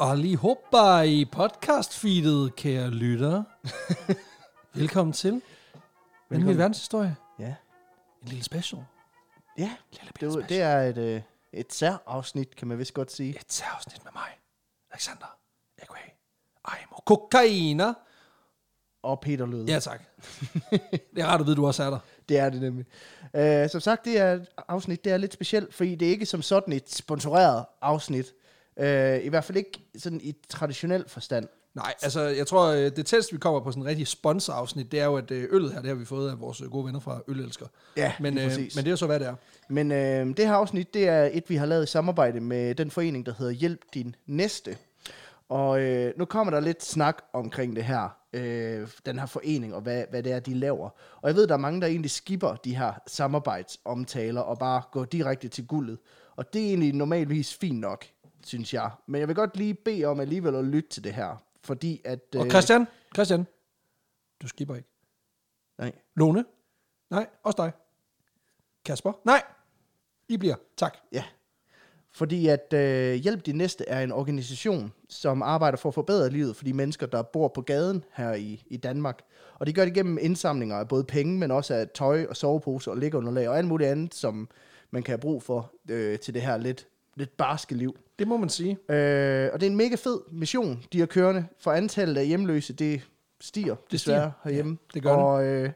Allihopa i podcastfeedet, kære lyttere. Velkommen til. Velkommen. En verdenshistorie. Ja. En lille special. Ja, Lille bitte det, var- special. det er et, øh, et særafsnit, kan man vist godt sige. Et særafsnit med mig, Alexander A.K.A. Ejmo Kokainer. Og Peter Lød. Ja, tak. det er rart at vide, du også er der. Det er det nemlig. Øh, som sagt, det er et afsnit, det er lidt specielt, fordi det er ikke som sådan et sponsoreret afsnit. Øh, I hvert fald ikke sådan i traditionel forstand. Nej, altså, jeg tror, øh, det tætteste, vi kommer på sådan en rigtig sponsorafsnit, det er jo, at øh, øllet her, det har vi fået af vores øh, gode venner fra Ølelsker. Ja, men, lige øh, men præcis. det er jo så, hvad det er. Men øh, det her afsnit, det er et, vi har lavet i samarbejde med den forening, der hedder Hjælp Din Næste. Og øh, nu kommer der lidt snak omkring det her, øh, den her forening, og hvad, hvad det er, de laver. Og jeg ved, der er mange, der egentlig skipper de her samarbejdsomtaler og bare går direkte til guldet. Og det er egentlig normalvis fint nok, synes jeg. Men jeg vil godt lige bede om alligevel at lytte til det her, fordi at... øh, Og Christian, Christian, du skipper ikke. Nej, Lone? Nej, også dig. Kasper? Nej, I bliver. Tak. Ja. Fordi at øh, Hjælp De Næste er en organisation, som arbejder for at forbedre livet for de mennesker, der bor på gaden her i, i Danmark. Og det gør det gennem indsamlinger af både penge, men også af tøj og soveposer og liggeunderlag og alt muligt andet, som man kan have brug for øh, til det her lidt, lidt barske liv. Det må man sige. Øh, og det er en mega fed mission, de har kørende, for antallet af hjemløse, det stiger desværre stiger. herhjemme. Ja, det gør det. og, øh,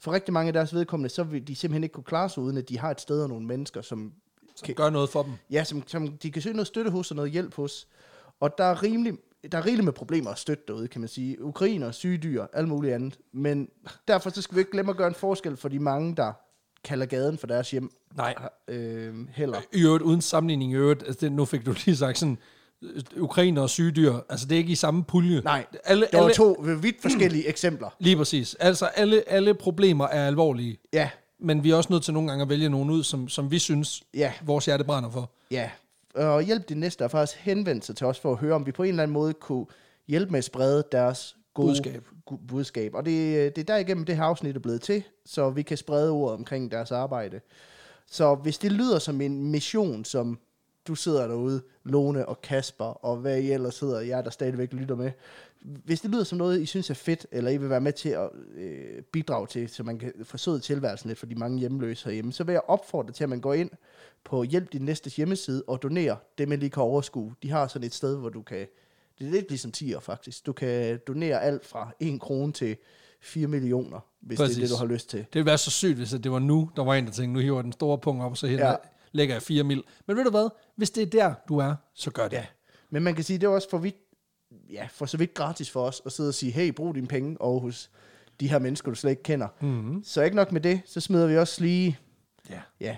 for rigtig mange af deres vedkommende, så vil de simpelthen ikke kunne klare sig, uden at de har et sted og nogle mennesker, som Så gør noget for dem. Ja, som, som de kan søge noget støtte hos og noget hjælp hos. Og der er rimelig der er rigeligt med problemer at støtte derude, kan man sige. Ukrainer, sygedyr, alt muligt andet. Men derfor så skal vi ikke glemme at gøre en forskel for de mange, der kalder gaden for deres hjem Nej. øh, heller. I øvrigt, uden sammenligning i øvrigt, altså det, nu fik du lige sagt sådan, øh, ukrainer og sygedyr, altså det er ikke i samme pulje. Nej, alle, Der var alle, to vidt forskellige eksempler. Lige præcis. Altså alle, alle problemer er alvorlige, Ja, men vi er også nødt til nogle gange at vælge nogen ud, som, som vi synes, ja, vores hjerte brænder for. ja. Og hjælp de næste har faktisk henvendt sig til os for at høre, om vi på en eller anden måde kunne hjælpe med at sprede deres gode Budskab. gu- budskab. Og det, det er derigennem det her afsnit er blevet til, så vi kan sprede ordet omkring deres arbejde. Så hvis det lyder som en mission, som du sidder derude, Lone og Kasper, og hvad I ellers sidder, jeg der stadigvæk lytter med. Hvis det lyder som noget, I synes er fedt, eller I vil være med til at øh, bidrage til, så man kan forsøde tilværelsen lidt for de mange hjemløse herhjemme, så vil jeg opfordre til, at man går ind på Hjælp Din Næstes hjemmeside og donerer det, man lige kan overskue. De har sådan et sted, hvor du kan det er lidt ligesom tier, faktisk. Du kan donere alt fra 1 krone til 4 millioner, hvis Præcis. det Præcis. er det, du har lyst til. Det ville være så sygt, hvis at det var nu, der var en, der tænkte, nu hiver jeg den store punkt op, og så henter, Ja. ja. lægger jeg fire mil. Men ved du hvad? Hvis det er der, du er, så gør det. Ja. Men man kan sige, det er også for, vidt, ja, for så vidt gratis for os at sidde og sige, hey, brug dine penge over hos de her mennesker, du slet ikke kender. Mm-hmm. Så ikke nok med det, så smider vi også lige Ja. ja,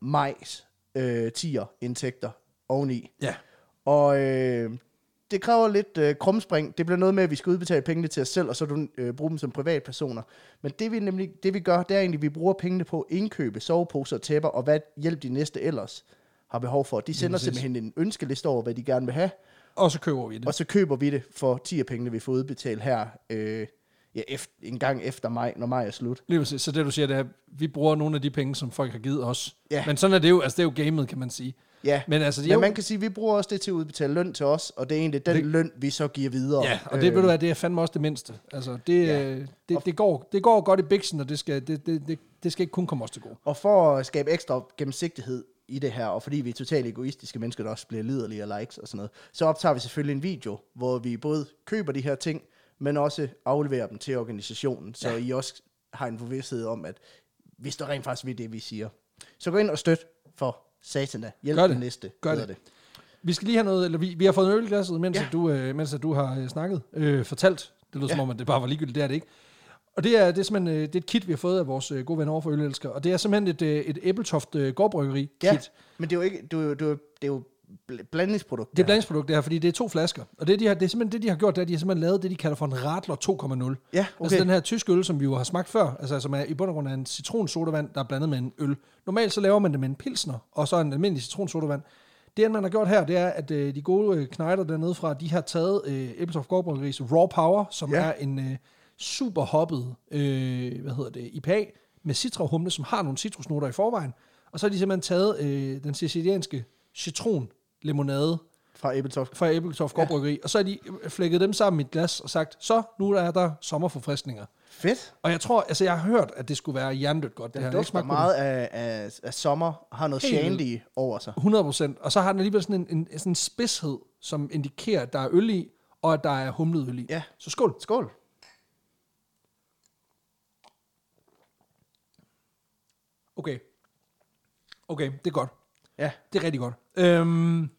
majs, øh, tier, indtægter oveni. ja. Og øh, det kræver lidt øh, krumspring. Det bliver noget med, at vi skal udbetale pengene til os selv, og så du, øh, bruge dem som privatpersoner. Men det vi nemlig det vi gør, det er egentlig, at vi bruger pengene på at indkøbe soveposer og tæpper, og hvad hjælp de næste ellers har behov for. De sender præcis. simpelthen en ønskeliste over, hvad de gerne vil have, Og så køber vi det. og så køber vi det for 10 af pengene, vi får udbetalt her øh, ja, efter, en gang efter maj, når maj er slut. Lige præcis. Så det, du siger, det er, at vi bruger nogle af de penge, som folk har givet os. Ja. Men sådan er det jo. Altså, det er jo gamet, kan man sige. Ja, Men altså, men jo, man kan sige, at vi bruger også det til at udbetale løn til os, og det er egentlig den Det- løn, vi så giver videre. ja, og det, øh, ved du hvad, det er fandme også det mindste. Altså, det, Ja. ja. det, det, går, det går godt i biksen, og det skal, det, det, det, det skal ikke kun komme os til gode. Og for at skabe ekstra gennemsigtighed i det her, og fordi vi er totalt egoistiske mennesker, der også bliver liderlige af likes og sådan noget, så optager vi selvfølgelig en video, hvor vi både køber de her ting, men også afleverer dem til organisationen, så ja. I også har en bevidsthed om, at vi står rent faktisk ved det, vi siger. Så gå ind og støt for satana. Hjælp Gør det. den næste. Gør hedder det. Vi skal lige have noget, eller vi, vi har fået en øl i glasset, mens, Ja. ja. du, øh, mens at du har øh, snakket, øh, fortalt. Det lyder ja. Ja. som om, at det bare var ligegyldigt, det er det ikke. Og det er, det er simpelthen øh, det er et kit, vi har fået af vores øh, gode venner over for Ølelsker, og det er simpelthen et, øh, et æbletoft øh, gårdbryggeri kit. Ja, men det er jo ikke, det er jo, det er jo, det er jo bl- blandingsprodukt. Det er et blandingsprodukt, det her, fordi det er to flasker. Og det, de har, det er simpelthen det, de har gjort, det er, at de har simpelthen lavet det, de kalder for en Radler 2,0. Ja, okay. Altså den her tyske øl, som vi jo har smagt før, altså som er i bund og grund er en citronsodavand, der er blandet med en øl. Normalt så laver man det med en pilsner, og så en almindelig citronsodavand. Det, man har gjort her, det er, at øh, de gode øh, knejder dernede fra, de har taget øh, Ebeltoft Gårdbryggeris Raw Power, som Ja. ja. er en øh, super hoppet, øh, hvad hedder det, IPA, med citrahumle, som har nogle citrusnoter i forvejen. Og så har de simpelthen taget øh, den sicilianske citronlemonade fra Æbletoft. fra Æbletoft Gårdbryggeri, ja. og så har de øh, flækket dem sammen i et glas og sagt, så nu er der sommerforfriskninger. Fedt. Og jeg tror, altså jeg har hørt, at det skulle være hjernedødt godt. Den det her. Jeg har ikke dufter smagt på meget af, af, af sommer, har noget Helt shandy over sig. 100 procent. Og så har den alligevel sådan en, en, sådan en spidshed, som indikerer, at der er øl i, og at der er humlet øl i. Ja. Så skål. Skål. Okay. Okay, det er godt. Ja. Det er rigtig godt. Øhm,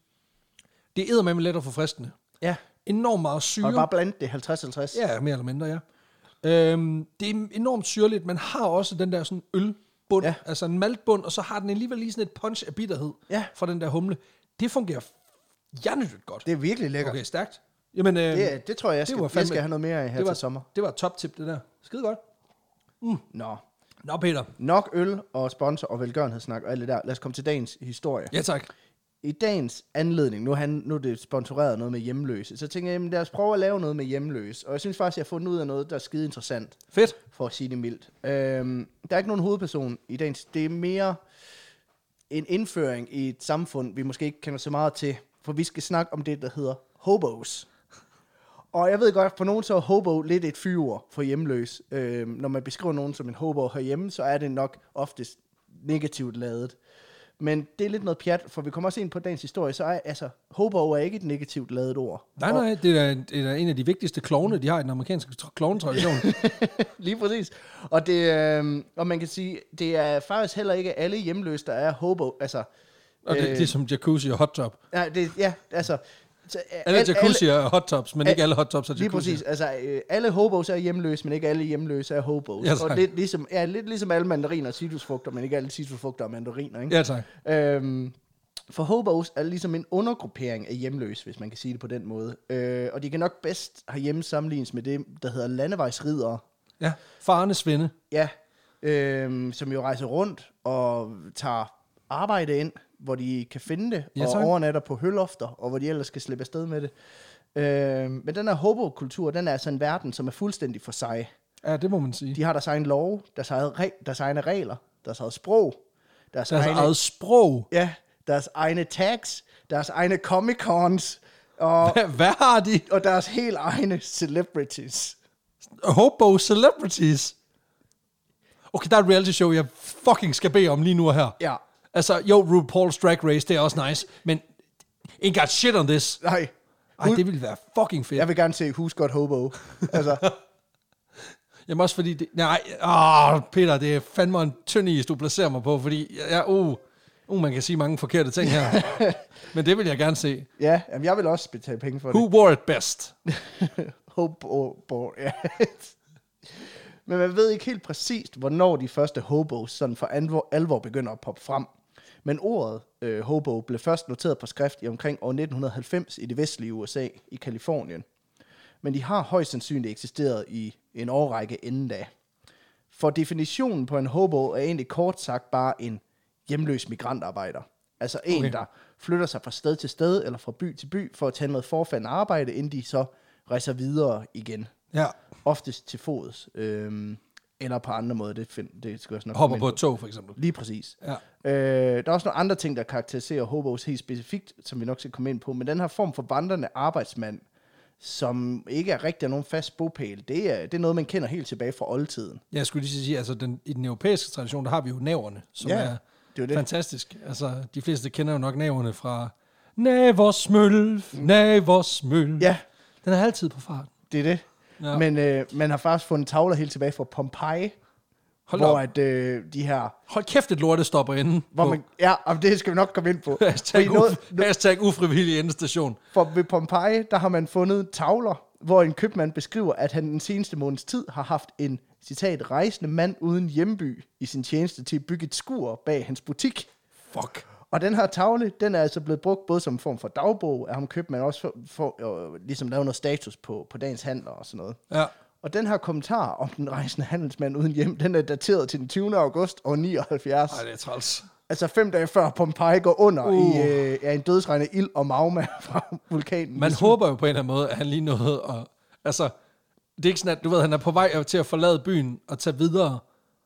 det er med let og forfriskende. Ja. Enormt meget syre. Og bare blandt det 50-50. Ja, mere eller mindre, ja. Øhm, det er enormt syrligt, men har også den der sådan ølbund, ja. Ja. altså en maltbund, og så har den alligevel lige sådan et punch af bitterhed Ja. fra den der humle. Det fungerer hjernedødt godt. Det er virkelig lækkert. Okay, stærkt. Jamen, øh, Det, er- det tror jeg, jeg skal, var det fandme- jeg skal have noget mere af her det var, til sommer. Det var et top-tip, det der. Skide godt. Nå. Nå, Peter. Nok øl og sponsor og velgørenhedssnak og alt det der. Lad os komme til dagens historie. Ja, tak. I dagens anledning, nu er, han, nu er det sponsoreret noget med hjemløse, så tænker jeg, jamen, lad os prøve at lave noget med hjemløse. Og jeg synes faktisk, jeg har fundet ud af noget, der er skide interessant, Fedt. for at sige det mildt. Øhm, der er ikke nogen hovedperson i dagens. Det er mere en indføring i et samfund, vi måske ikke kender så meget til, for vi skal snakke om det, der hedder hobos. Og jeg ved godt, for nogen så er hobo lidt et fyord for hjemløs. Øhm, når man beskriver nogen som en hobo herhjemme, så er det nok oftest negativt ladet. Men det er lidt noget pjat, for vi kommer også ind på dagens historie, så er altså, hobo er ikke et negativt ladet ord. Nej, nej, det er, da- det er da en af de vigtigste klovne, de har i den amerikanske tr- klovnetradition. Lige præcis. Og, det, øh, og man kan sige, det er faktisk heller ikke alle hjemløse, der er hobo. Altså, og det, det er som jacuzzi og hot top. nej, det, ja, altså... Så, øh, Alle al- jacuzzi er hot tops, men al- ikke alle hot tops er jacuzzi. Lige præcis. Altså, øh, alle hobos er hjemløse, men ikke alle hjemløse er hobos. Ja, tak. og lidt ligesom, ja, lidt ligesom alle mandariner og citrusfrugter, men ikke alle citrusfrugter og mandariner. Ikke? Ja, tak. Øhm, for hobos er ligesom en undergruppering af hjemløse, hvis man kan sige det på den måde. Øh, og de kan nok bedst herhjemme sammenlignes med det, der hedder landevejsridere, Ja, farne svinde. Ja, øhm, som jo rejser rundt og tager arbejde ind, hvor de kan finde det, Ja, ja, og tak. overnat overnatter på hølofter, og hvor de ellers skal slippe afsted med det. Øhm, men den her hobo-kultur, den er altså en verden, som er fuldstændig for sig. Ja, det må man sige. De har deres egen lov, deres, eget re- deres egne regler, deres eget sprog, deres, Deres egne, eget sprog. Ja, deres egne tags, deres egne comic-cons, og, Hvad, hvad har de? og deres helt egne celebrities. Hobo celebrities. Okay, der er et reality show, jeg fucking skal bede om lige nu og her. Ja, Altså, jo, RuPaul's Drag Race, det er også nice, men ain't got shit on this. nej. Ej, det ville være fucking fedt. Jeg vil gerne se Who's Got Hobo. altså, Jamen også fordi, det, nej, åh, Peter, det er fandme en tynd is, du placerer mig på, fordi, ja, uh, uh, man kan sige mange forkerte ting her. Men det vil jeg gerne se. Ja, jamen jeg vil også betale penge for det. Who wore it best? Hobo, bo- ja. Men man ved ikke helt præcist, hvornår de første hobos sådan for alvor, alvor begynder at poppe frem. Men ordet øh, hobo blev først noteret på skrift i omkring år 1990 i det vestlige USA i Kalifornien. Men de har højst sandsynligt eksisteret i en årrække inden da. For definitionen på en hobo er egentlig kort sagt bare en hjemløs migrantarbejder. Altså en, Okay. okay. der flytter sig fra sted til sted eller fra by til by for at tage noget forfaldende arbejde, inden de så rejser videre igen. Ja, Oftest til fods. Øhm, eller på andre måder. Det, find, det skal jeg også nok hopper komme på ind et tog, for eksempel. Lige præcis. Ja. Øh, der er også nogle andre ting, der karakteriserer hobos helt specifikt, som vi nok skal komme ind på. Men den her form for vandrende arbejdsmand, som ikke er rigtig er nogen fast bopæl, det er, det er noget, man kender helt tilbage fra oldtiden. Jeg skulle lige sige, altså den, i den europæiske tradition, der har vi jo næverne, som Ja, er det er jo det. fantastisk. Altså, de fleste kender jo nok næverne fra Næversmøl, Næversmøl. Mm. Ja. Den er altid på fart. Det er det. Ja. Ja. Men øh, man har faktisk fundet tavler helt tilbage fra Pompeji, Hold hvor op. at, øh, de her... Hold kæft, et lorte stopper inden. Hvor man, ja, om det skal vi nok komme ind på. Fordi Hashtag, noget, uf- hashtag ufrivillig endestation. for ved Pompeji, der har man fundet tavler, hvor en købmand beskriver, at han den seneste måneds tid har haft en, citat, rejsende mand uden hjemby i sin tjeneste til at bygge et skur bag hans butik. Fuck. Og den her tavle, den er altså blevet brugt både som en form for dagbog af ham købmand, og også for, for øh, ligesom lave noget status på, på dagens handler og sådan noget. Ja. Og den her kommentar om den rejsende handelsmand uden hjem, den er dateret til den 20. august år 79. Ej, det er træls. Altså fem dage før Pompeji går under Uh. uh. i øh, ja, en dødsregn af ild og magma fra vulkanen. Man håber jo på en eller anden måde, at han lige nåede at... Altså, det er ikke sådan, at du ved, han er på vej til at forlade byen og tage videre,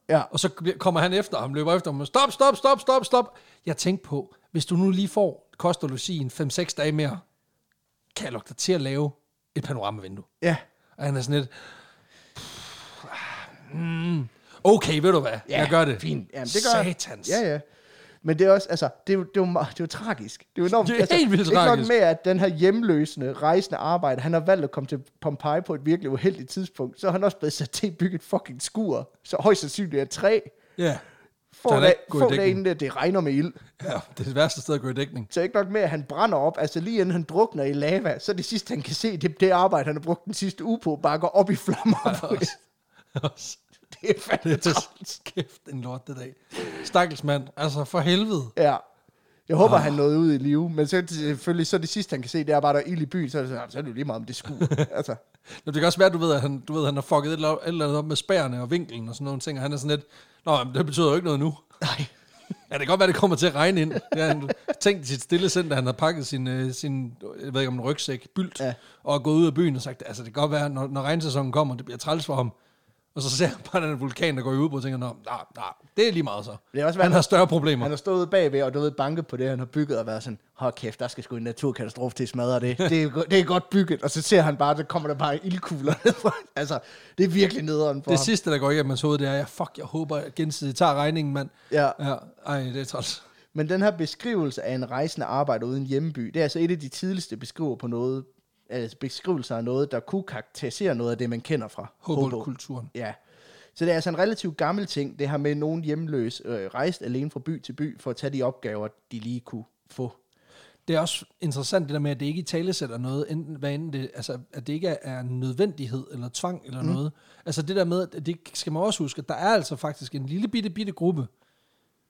Ja, og så bliver- kommer han efter ham, løber efter ham, og stop, stop, stop, stop, stop. Jeg tænkte på, hvis du nu lige får kost og logi en 5-6 dage mere, kan jeg lokke dig til at lave et panoramavindue? Ja. Og han er sådan lidt, mm, okay, ved du hvad, ja, jeg gør det. Fint. Jamen, det gør jeg. Satans. Ja, ja. Men det er også, altså, det er, jo- det er, jo, meget- det er jo tragisk. Det er jo enormt, Det er altså, helt vildt Ikke nok tragisk. med, at den her hjemløsende, rejsende arbejder, han har valgt at komme til Pompeji på et virkelig uheldigt tidspunkt, så er han også blevet sat til at bygge et fucking skur, så højst sandsynligt er træ. ja. Få, Så er det dag, ikke god få idé. dage inden at det regner med ild. Ja, det er det værste sted at gå i dækning. Så ikke nok med, at han brænder op, altså lige inden han drukner i lava, så det sidste, han kan se, det, er det arbejde, han har brugt den sidste uge på, bare går op i flammer. på det. det er det fandme er træt. så kæft en lort det dag. Stakkels mand, altså for helvede. Ja. Jeg håber, han nåede ud i live, men så, selvfølgelig så det sidste, han kan se, det er bare, der er ild i byen, så er det, sådan, "Ah, så er det jo lige meget om det skur. altså, Nå, det kan også være, du ved, at han, du ved, han har fucket et eller et eller andet op med spærrene og vinklen og sådan nogle ting, og han er sådan lidt, Nå, jamen, det betyder jo ikke noget nu. nej. Ja, det kan godt være, det kommer til at regne ind. Det har han tænkt i sit stille sind, da han har pakket sin, øh, sin jeg ved ikke om en rygsæk, bylt, Ja. ja. og er gået ud af byen og sagt, altså det kan godt være, når, når regnsæsonen kommer, det bliver træls for ham. Og så ser han bare den vulkan, der går i udbrud, og tænker, Nå, nej, nej, det er lige meget så. Det er også, hvad han han- har større problemer. Han har stået bagved og du ved, banket på det, han har bygget og været sådan, hold kæft, der skal sgu en naturkatastrofe til at smadre det. Det er, go- det er godt bygget, og så ser han bare, der kommer der bare ildkugler ned fra- Altså, det er virkelig nederen for Det ham. sidste, der går igennem hans hoved, det er, jeg, fuck, jeg håber, at gensidigt tager regningen, mand. Ja. ja. Ej, det er træls. Men den her beskrivelse af en rejsende arbejder uden hjemby, det er altså et af de tidligste beskriver på noget, altså beskrivelser af noget, der kunne karakterisere noget af det, man kender fra Hobo. Håbold-kulturen. Ja. Så det er altså en relativt gammel ting, det her med nogen hjemløs øh, rejst alene fra by til by for at tage de opgaver, de lige kunne få. Det er også interessant det der med, at det ikke i tale sætter noget, enten, hvad enten det, altså, at det ikke er- er en nødvendighed eller tvang eller mm. noget. Altså det der med, at det skal man også huske, at der er altså faktisk en lille bitte, bitte gruppe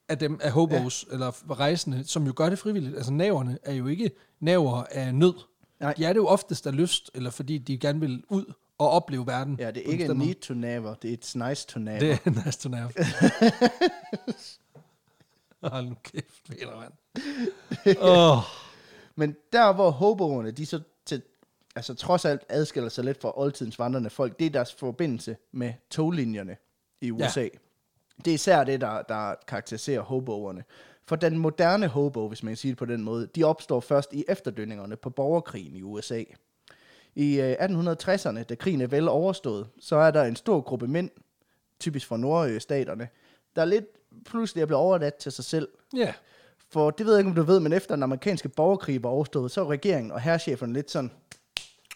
af dem, af hobos ja. eller rejsende, som jo gør det frivilligt. Altså naverne er jo ikke naver af nød. Nej. De er det jo oftest af lyst, eller fordi de gerne vil ud og opleve verden. Ja, det på er ikke bestemt en måde. need to never, det er et nice to never. Det Det. er en astronaut. Hold nu kæft, Peter, mand. Åh, oh, Men der, hvor hoboerne, de så til, altså, trods alt adskiller sig lidt fra oldtidens vandrende folk, det er deres forbindelse med toglinjerne i USA. Ja. Det er især det, der, der karakteriserer hoboerne. For den moderne hobo, hvis man kan sige det på den måde, de opstår først i efterdønningerne på borgerkrigen i USA. I øh, 1860'erne, da krigen er vel overstået, så er der en stor gruppe mænd, typisk fra nordstaterne, der lidt pludselig er blevet overladt til sig selv, ja. for det ved jeg ikke, om du ved, men efter den amerikanske borgerkrig var overstået, så var regeringen og herrcheferne lidt sådan,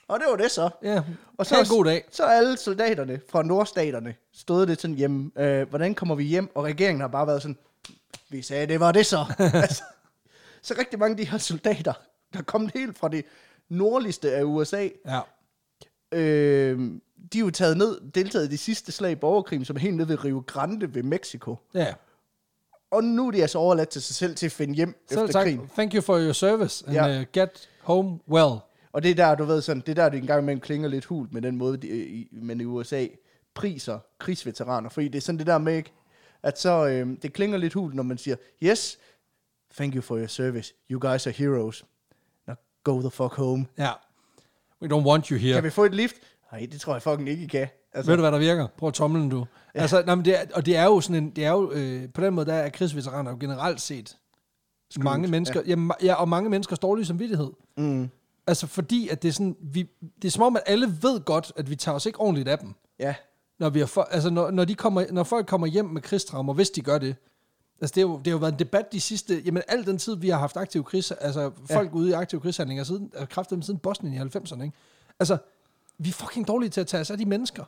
og det var det så. Ja, Og så, Ha' en god dag. så er alle soldaterne fra nordstaterne stod lidt sådan hjemme, øh, hvordan kommer vi hjem? Og regeringen har bare været sådan, vi sagde, det var det så. altså, så rigtig mange af de her soldater, der kom helt fra det nordligste af USA, Ja. øh, de er jo taget ned, deltaget i de sidste slag i borgerkrigen, som er helt nede ved Rio Grande ved Mexico. Ja. Og nu er de altså overladt til sig selv til at finde hjem Selv efter tak. krigen. Thank you for your service. And Ja. ja. uh, get home well. Og det er der, du ved sådan, det er der, det engang imellem klinger lidt hult med den måde, de, øh, i, men i USA priser krigsveteraner. Fordi det er sådan det der med, ikke? at så, øh, det klinger lidt hult, når man siger, yes, thank you for your service, you guys are heroes. Now go the fuck home. Ja. We don't want you here. Kan vi få et lift? Nej, det tror jeg fucking ikke, I kan. Altså, Ved du, hvad der virker? Prøv tomlen, du. Ja. Altså, nej, men det er, og det er jo sådan en... Det er jo, øh, på den måde, der er krigsveteraner jo generelt set mange mennesker... Ja. Jamen, ja, og mange menneskers dårlige samvittighed. Mm. Altså, fordi at det er sådan... Vi, det er som om, at alle ved godt, at vi tager os ikke ordentligt af dem. ja, når, vi er for, altså når, når, de kommer, når folk kommer hjem med krigstraumer, hvis de gør det, altså det, er jo, det har jo været en debat de sidste, jamen al den tid, vi har haft aktive krigs, altså folk ja. ude i aktive krigshandlinger, siden, kraftet siden Bosnien i 90'erne, ikke? Altså, vi er fucking dårlige til at tage os af de mennesker.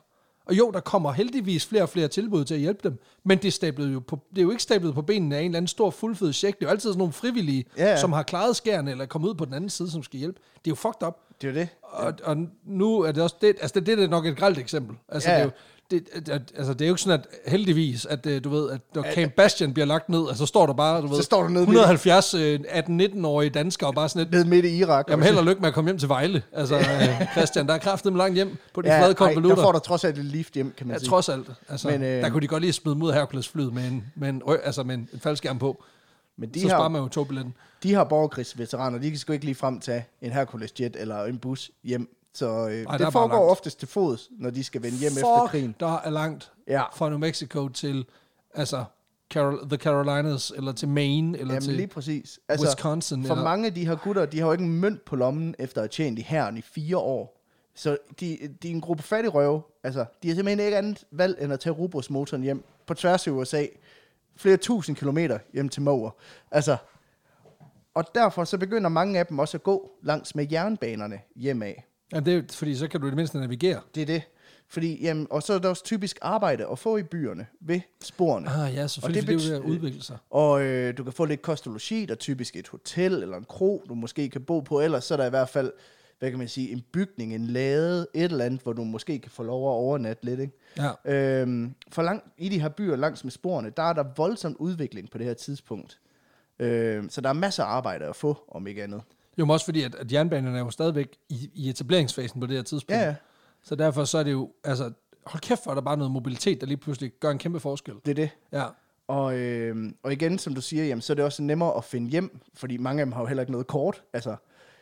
Og jo, der kommer heldigvis flere og flere tilbud til at hjælpe dem, men det er, stablet jo på, det er jo ikke stablet på benene af en eller anden stor fuldfødet check. Det er jo altid sådan nogle frivillige, Ja, ja. som har klaret skærene eller kommet ud på den anden side, som skal hjælpe. Det er jo fucked up. det er jo det. Og, og nu er det også det, altså det, det er nok et grelt eksempel. Altså, Ja. ja. det, er jo, det, det, altså, det er jo ikke sådan, at heldigvis, at øh, du ved, at når Camp Bastion bliver lagt ned, altså, så står der bare, du ved, Så står der nede midt- 170 øh, 18-19-årige danskere og bare sådan et, Nede midt i Irak. jamen held og lykke med at komme hjem til Vejle. Altså, øh, Christian, der er kraftet med langt hjem på de ja, ja, flade ej, der får konvolutter. der trods alt et lift hjem, kan man Ja, sige. trods alt. Altså, Men, Men, øh, øh, der kunne de godt lige smide mod Hercules-flyet med en, med en, rø, altså med en, en faldskærm på. Men de så her- sparer man jo togbilletten. de her borgerkrigsveteraner, de kan sgu ikke lige frem tage en Hercules jet eller en bus hjem. Så øh, der Ej, er bare det foregår langt. oftest til fods, når de skal vende hjem Fuck, efter krigen. der er langt Ja. fra New Mexico til altså Carol, The Carolinas, eller til Maine, eller Jamen til lige præcis. altså, Altså, Wisconsin. for eller, mange af de her gutter, de har jo ikke en mønt på lommen, efter at have tjent i herren i fire år. Så de, de er en gruppe fattigrøve. Altså, de har simpelthen ikke andet valg, end at tage rugbrødsmotoren hjem på tværs af USA. Flere tusind kilometer hjem til Måger. Altså, og derfor så begynder mange af dem også at gå langs med jernbanerne hjemad. Jamen, det er, fordi så kan du i det mindste navigere. Det er det. Fordi, jamen, og så er der også typisk arbejde at få i byerne ved sporene. Ah ja, selvfølgelig, det, det for det er jo ved at bet- udvikle sig. Og øh, du kan få lidt kost og logi, der er typisk et hotel eller en kro, du måske kan bo på. Ellers så er der i hvert fald, hvad kan man sige, en bygning, en lade, et eller andet, hvor du måske kan få lov at overnatte lidt. Ikke? Ja. Øhm, for langt, i de her byer langs med sporene, der er der voldsom udvikling på det her tidspunkt. Øhm, så der er masser af arbejde at få, om ikke andet. Jo, men også fordi, at, at jernbanerne er jo stadigvæk i, i etableringsfasen på det her tidspunkt. Ja, ja. Så derfor så er det jo, altså, hold kæft, hvor er der bare noget mobilitet, der lige pludselig gør en kæmpe forskel. Det er det. Ja, Og, øh, og igen, som du siger, jamen, så er det også nemmere at finde hjem, fordi mange af dem har jo heller ikke noget kort. Altså.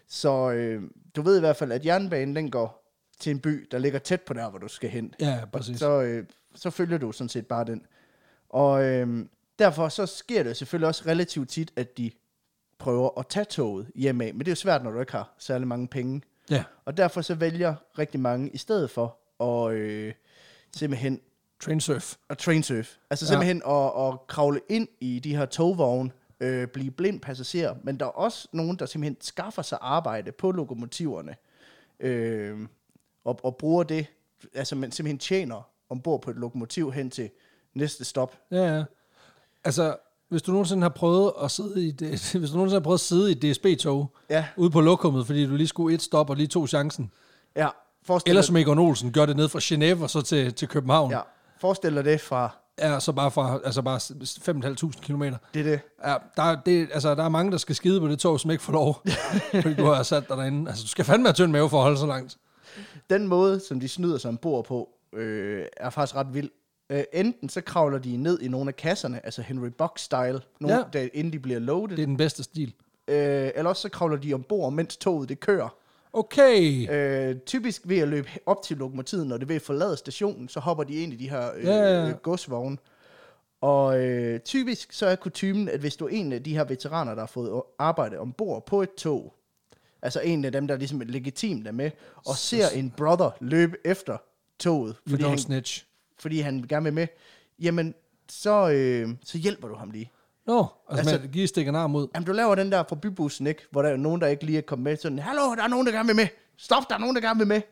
Så øh, du ved i hvert fald, at jernbanen den går til en by, der ligger tæt på der, hvor du skal hen. ja, præcis. Så, Så, øh, så følger du sådan set bare den. Og øh, derfor så sker det selvfølgelig også relativt tit, at de prøver at tage toget hjemad. Men det er jo svært, når du ikke har særlig mange penge. ja, Og derfor så vælger rigtig mange i stedet for at øh, simpelthen trainsurf. og trainsurf. Altså Ja. simpelthen at, at kravle ind i de her togvogne, øh, blive blind passager, men der er også nogen, der simpelthen skaffer sig arbejde på lokomotiverne, øh, og, og bruger det, altså man simpelthen tjener ombord på et lokomotiv hen til næste stop. Ja, ja. Altså, hvis du nogensinde har prøvet at sidde i, det, hvis du nogensinde har prøvet at sidde i et DSB-tog, Ja. ude på lokummet, fordi du lige skulle et stop og lige tog chancen. Ja, forestil Eller dig, som Egon Olsen gør det ned fra Genève og så til, til København. ja, Ja. forestil dig det fra Er så bare fra, altså bare 5.500 kilometer. det, det. Ja, der, er- det, altså, der er mange, der skal skide på det tog, som ikke får lov, fordi du har sat dig derinde. Altså, du skal fandme have tynd mave for at holde så langt. Den måde, som de snyder sig ombord på, øh, er faktisk ret vild. Øh, enten så kravler de ned i nogle af kasserne, altså Henry Box-style, Ja. nogle, ja. der, inden de bliver loaded. Det er den bedste stil. Øh, eller også så kravler de ombord, mens toget det kører. Okay. Øh, typisk ved at løbe op til lokomotivet, når det vil forlade stationen, så hopper de ind i de her øh, Ja, ja, ja. yeah. godsvogne. Og øh, typisk så er kutumen, at hvis du er en af de her veteraner, der har fået arbejde ombord på et tog, altså en af dem, der ligesom er legitimt er med, og ser en brother løbe efter toget, Fordi fordi, han, snitch. fordi han gerne vil med, jamen så, øh, så hjælper du ham lige. Nå, altså, altså Altså- man giver stikker en arm ud. Jamen, du laver den der fra bybussen, ikke? Hvor der er nogen, der ikke lige er kommet med. Sådan, hallo, der er nogen, der gerne vil med. Stop, der er nogen, der gerne vil med.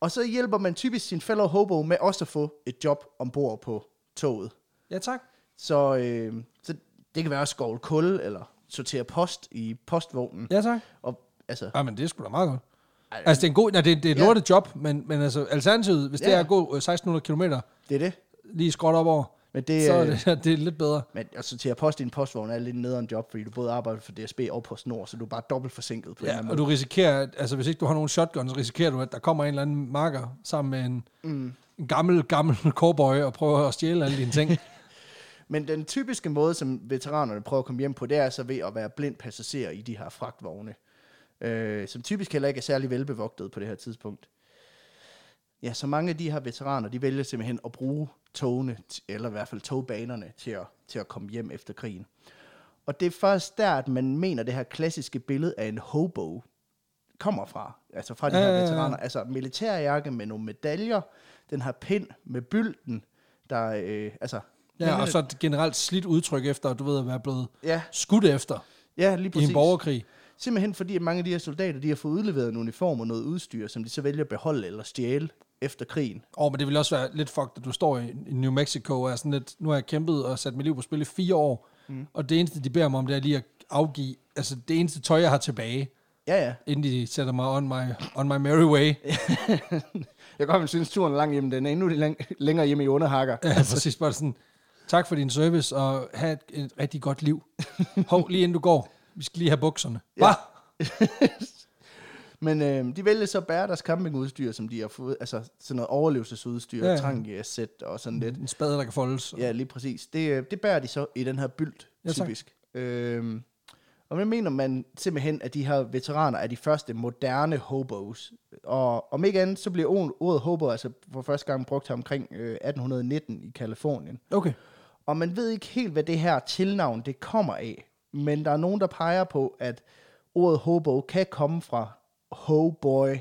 Og så hjælper man typisk sin fellow hobo med også at få et job ombord på toget. Ja, tak. Så, øh, så det kan være at skovle kul, eller sortere post i postvognen. Ja, tak. Og, altså, Ja, men det er sgu da meget godt. Ej, Altså, det er en god, nej, det, det er et Ja. lortet job, men, men altså, alternativet, hvis det Ja. er at gå øh, 1600 km det er det. lige skråt op over, Men det, så er øh, det, det er lidt bedre. Men at sortere post i en postvogn er lidt nederen job, fordi du både arbejder for DSB og PostNord, så du er bare dobbelt forsinket på en eller Ja, anden og du risikerer, at- altså hvis ikke du har nogen shotgun, så risikerer du, at der kommer en eller anden marker sammen med en, mm. en gammel, gammel cowboy og prøver at stjæle alle dine ting. Men den typiske måde, som veteranerne prøver at komme hjem på, det er så ved at være blind passager i de her fragtvogne, øh, som typisk heller ikke er særlig velbevogtet på det her tidspunkt. Ja, så mange af de her veteraner, de vælger simpelthen at bruge togene, t- eller i hvert fald togbanerne, til at, til at komme hjem efter krigen. Og det er først der, at man mener, det her klassiske billede af en hobo kommer fra. Altså fra de Ja, her ja, ja. veteraner. Altså militærjakke med nogle medaljer, den her pind med bylden, der øh, altså... ja, og så et generelt slidt udtryk efter, at du ved at være blevet Ja, skudt efter ja Præcis. i lige præcis. en borgerkrig. Simpelthen fordi, at mange af de her soldater, de har fået udleveret en uniform og noget udstyr, som de så vælger at beholde eller stjæle efter krigen. Åh, oh, men det vil også være lidt fucked, at du står i i New Mexico og er sådan lidt, nu har jeg kæmpet og sat mit liv på spil i fire år, mm. og det eneste, de beder mig om, det er lige at afgive, altså det eneste tøj, jeg har tilbage, Ja, ja. inden de sætter mig on my, on my merry way. Jeg kan godt synes, turen er lang hjem, den er endnu læng- længere hjemme i underhakker. Ja, præcis. Bare sådan, tak for din service, og have et, et rigtig godt liv. Hov, lige inden du går, vi skal lige have bukserne. Ja. Ja. Bah! Men øh, de vælger så at bære deres campingudstyr, som de har fået, altså sådan noget overlevelsesudstyr, Ja, ja, Mm. ja. ja. trangjæssæt og sådan lidt. En spade, der kan foldes. Ja, lige præcis. Det, øh, det bærer de så i den her bylt, Ja, ja, tak. typisk. Øhm, og hvad mener man simpelthen, at de her veteraner er de første moderne hobos? Og om ikke andet, så bliver ordet- ordet hobo altså for første gang brugt her omkring øh, 1819 i Kalifornien. Okay. Og man ved ikke helt, hvad det her tilnavn det kommer af. Men der er nogen, der peger på, at ordet hobo kan komme fra ho-boy.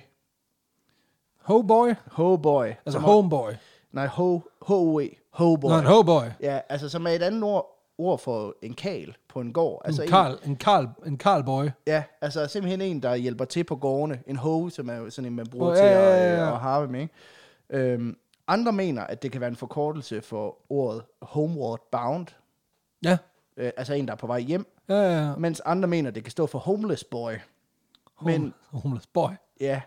Ho-boy? Ho-boy. Altså Som- homeboy. Nej, ho, ho-e. Nå, Ho-boy. en ho-boy. Ja, altså som er et andet ord, ord for en kal på en gård. Altså En Karl, en Karl, en Karl-boy. Ja, altså simpelthen en, der hjælper til på gårdene. En hoe, som er jo sådan en, man bruger Åh, oh, ja, ja, til at, ja, ja, ja, ja. ja. at harve med. Ikke? Øhm, andre mener, at det kan være en forkortelse for ordet homeward bound. Ja. Øh, altså en, der er på vej hjem. Ja, ja, ja. Mens andre mener, at det kan stå for homeless boy. Men- Men, homeless boy. Ja.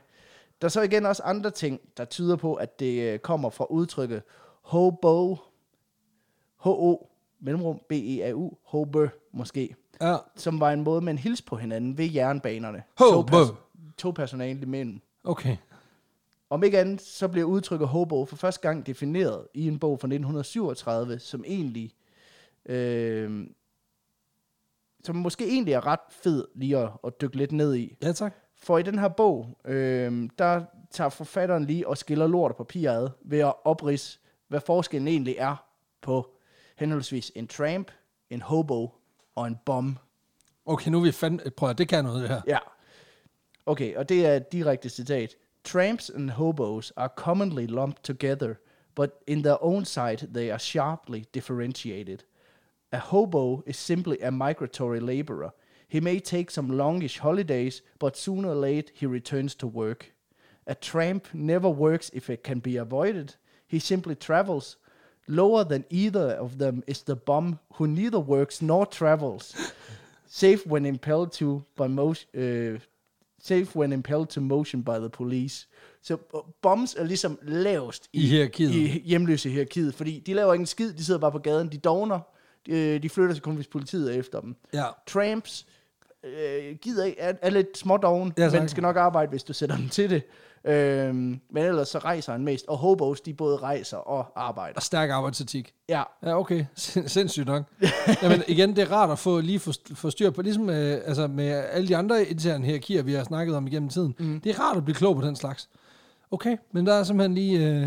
Der er så igen også andre ting, der tyder på, at det øh, kommer fra udtrykket hobo. H-O, mellemrum, B-E-A-U, hobo måske. Ja. Som var en måde, man hilste på hinanden ved jernbanerne. Hobo. Togpersonalet imellem. Okay. Om ikke andet, så bliver udtrykket hobo for første gang defineret i en bog fra 1937, som egentlig, øh, som måske egentlig er ret fed lige at, at dykke lidt ned i. Ja, tak. For i den her bog, øh, der tager forfatteren lige og skiller lort og papir ad ved at oprids, hvad forskellen egentlig er på henholdsvis en tramp, en hobo og en bum. Okay, nu er vi fandme... Prøv at det kan noget, det her. Ja. Okay, og det er et direkte citat. Tramps and hobos are commonly lumped together, but in their own sight they are sharply differentiated. A hobo is simply a migratory laborer. He may take some longish holidays, but sooner or late he returns to work. A tramp never works if it can be avoided. He simply travels. Lower than either of them is the bum who neither works nor travels safe when impelled to by motion, øh, safe when impelled to motion by the police. Så b- bombs er ligesom lavest I hierarkiet. i hjemløse hierarkiet, fordi de laver ikke en skid, de sidder bare på gaden, de dogner, øh, de flytter sig kun, hvis politiet er efter dem. Ja. Tramps øh, gider ikke, er, er lidt smådoven, Ja, ja, tak. men skal nok arbejde, hvis du sætter dem til det. Øhm, men ellers så rejser han mest, og hobos, de både rejser og arbejder. Og stærk arbejdsetik. Ja, Ja, okay. Sin- Sindssygt nok. Jamen igen, det er rart at få lige få, st- få styr på, ligesom øh, altså med alle de andre interne hierarkier, vi har snakket om igennem tiden. Mm. Det er rart at blive klog på den slags. Okay, men der er simpelthen lige, øh,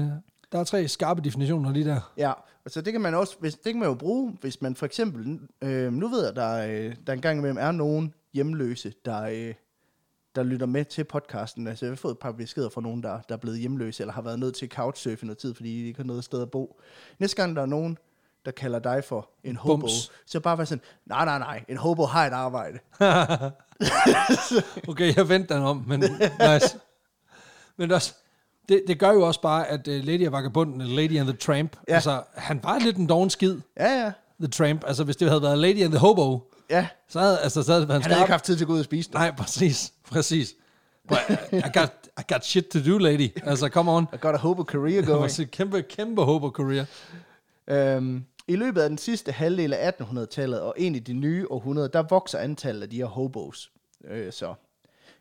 der er tre skarpe definitioner lige der. Ja, og så det kan man også, hvis, det kan man jo bruge, hvis man for eksempel, øh, nu ved jeg, der, øh, der engang imellem er nogen hjemløse, der, øh, der lytter med til podcasten. Altså, jeg har fået et par beskeder fra nogen, der, der er blevet hjemløse, eller har været nødt til couchsurfe noget tid, fordi de ikke har noget sted at bo. Næste gang, der er nogen, der kalder dig for en hobo, Bums. så bare være sådan, nej, nej, nej, en hobo har et arbejde. Okay, jeg vendte den om, men nice. Men også, det, det gør jo også bare, at øh, Lady og Vagabunden, eller Lady and the Tramp, Ja. ja. altså han var lidt en doven skid, Ja, ja, The Tramp. Altså hvis det havde været Lady and the Hobo, ja. så havde, altså, så havde det været en Han havde skarp. ikke haft tid til at gå ud og spise det. Nej, præcis, præcis. But I, I, got, I got shit to do, lady. Altså, come on. I got a hobo career Det going. var et kæmpe, kæmpe hobo career. Øhm, I løbet af den sidste halvdel af 1800-tallet og ind i de nye århundrede, der vokser antallet af de her hobos. Øh, så.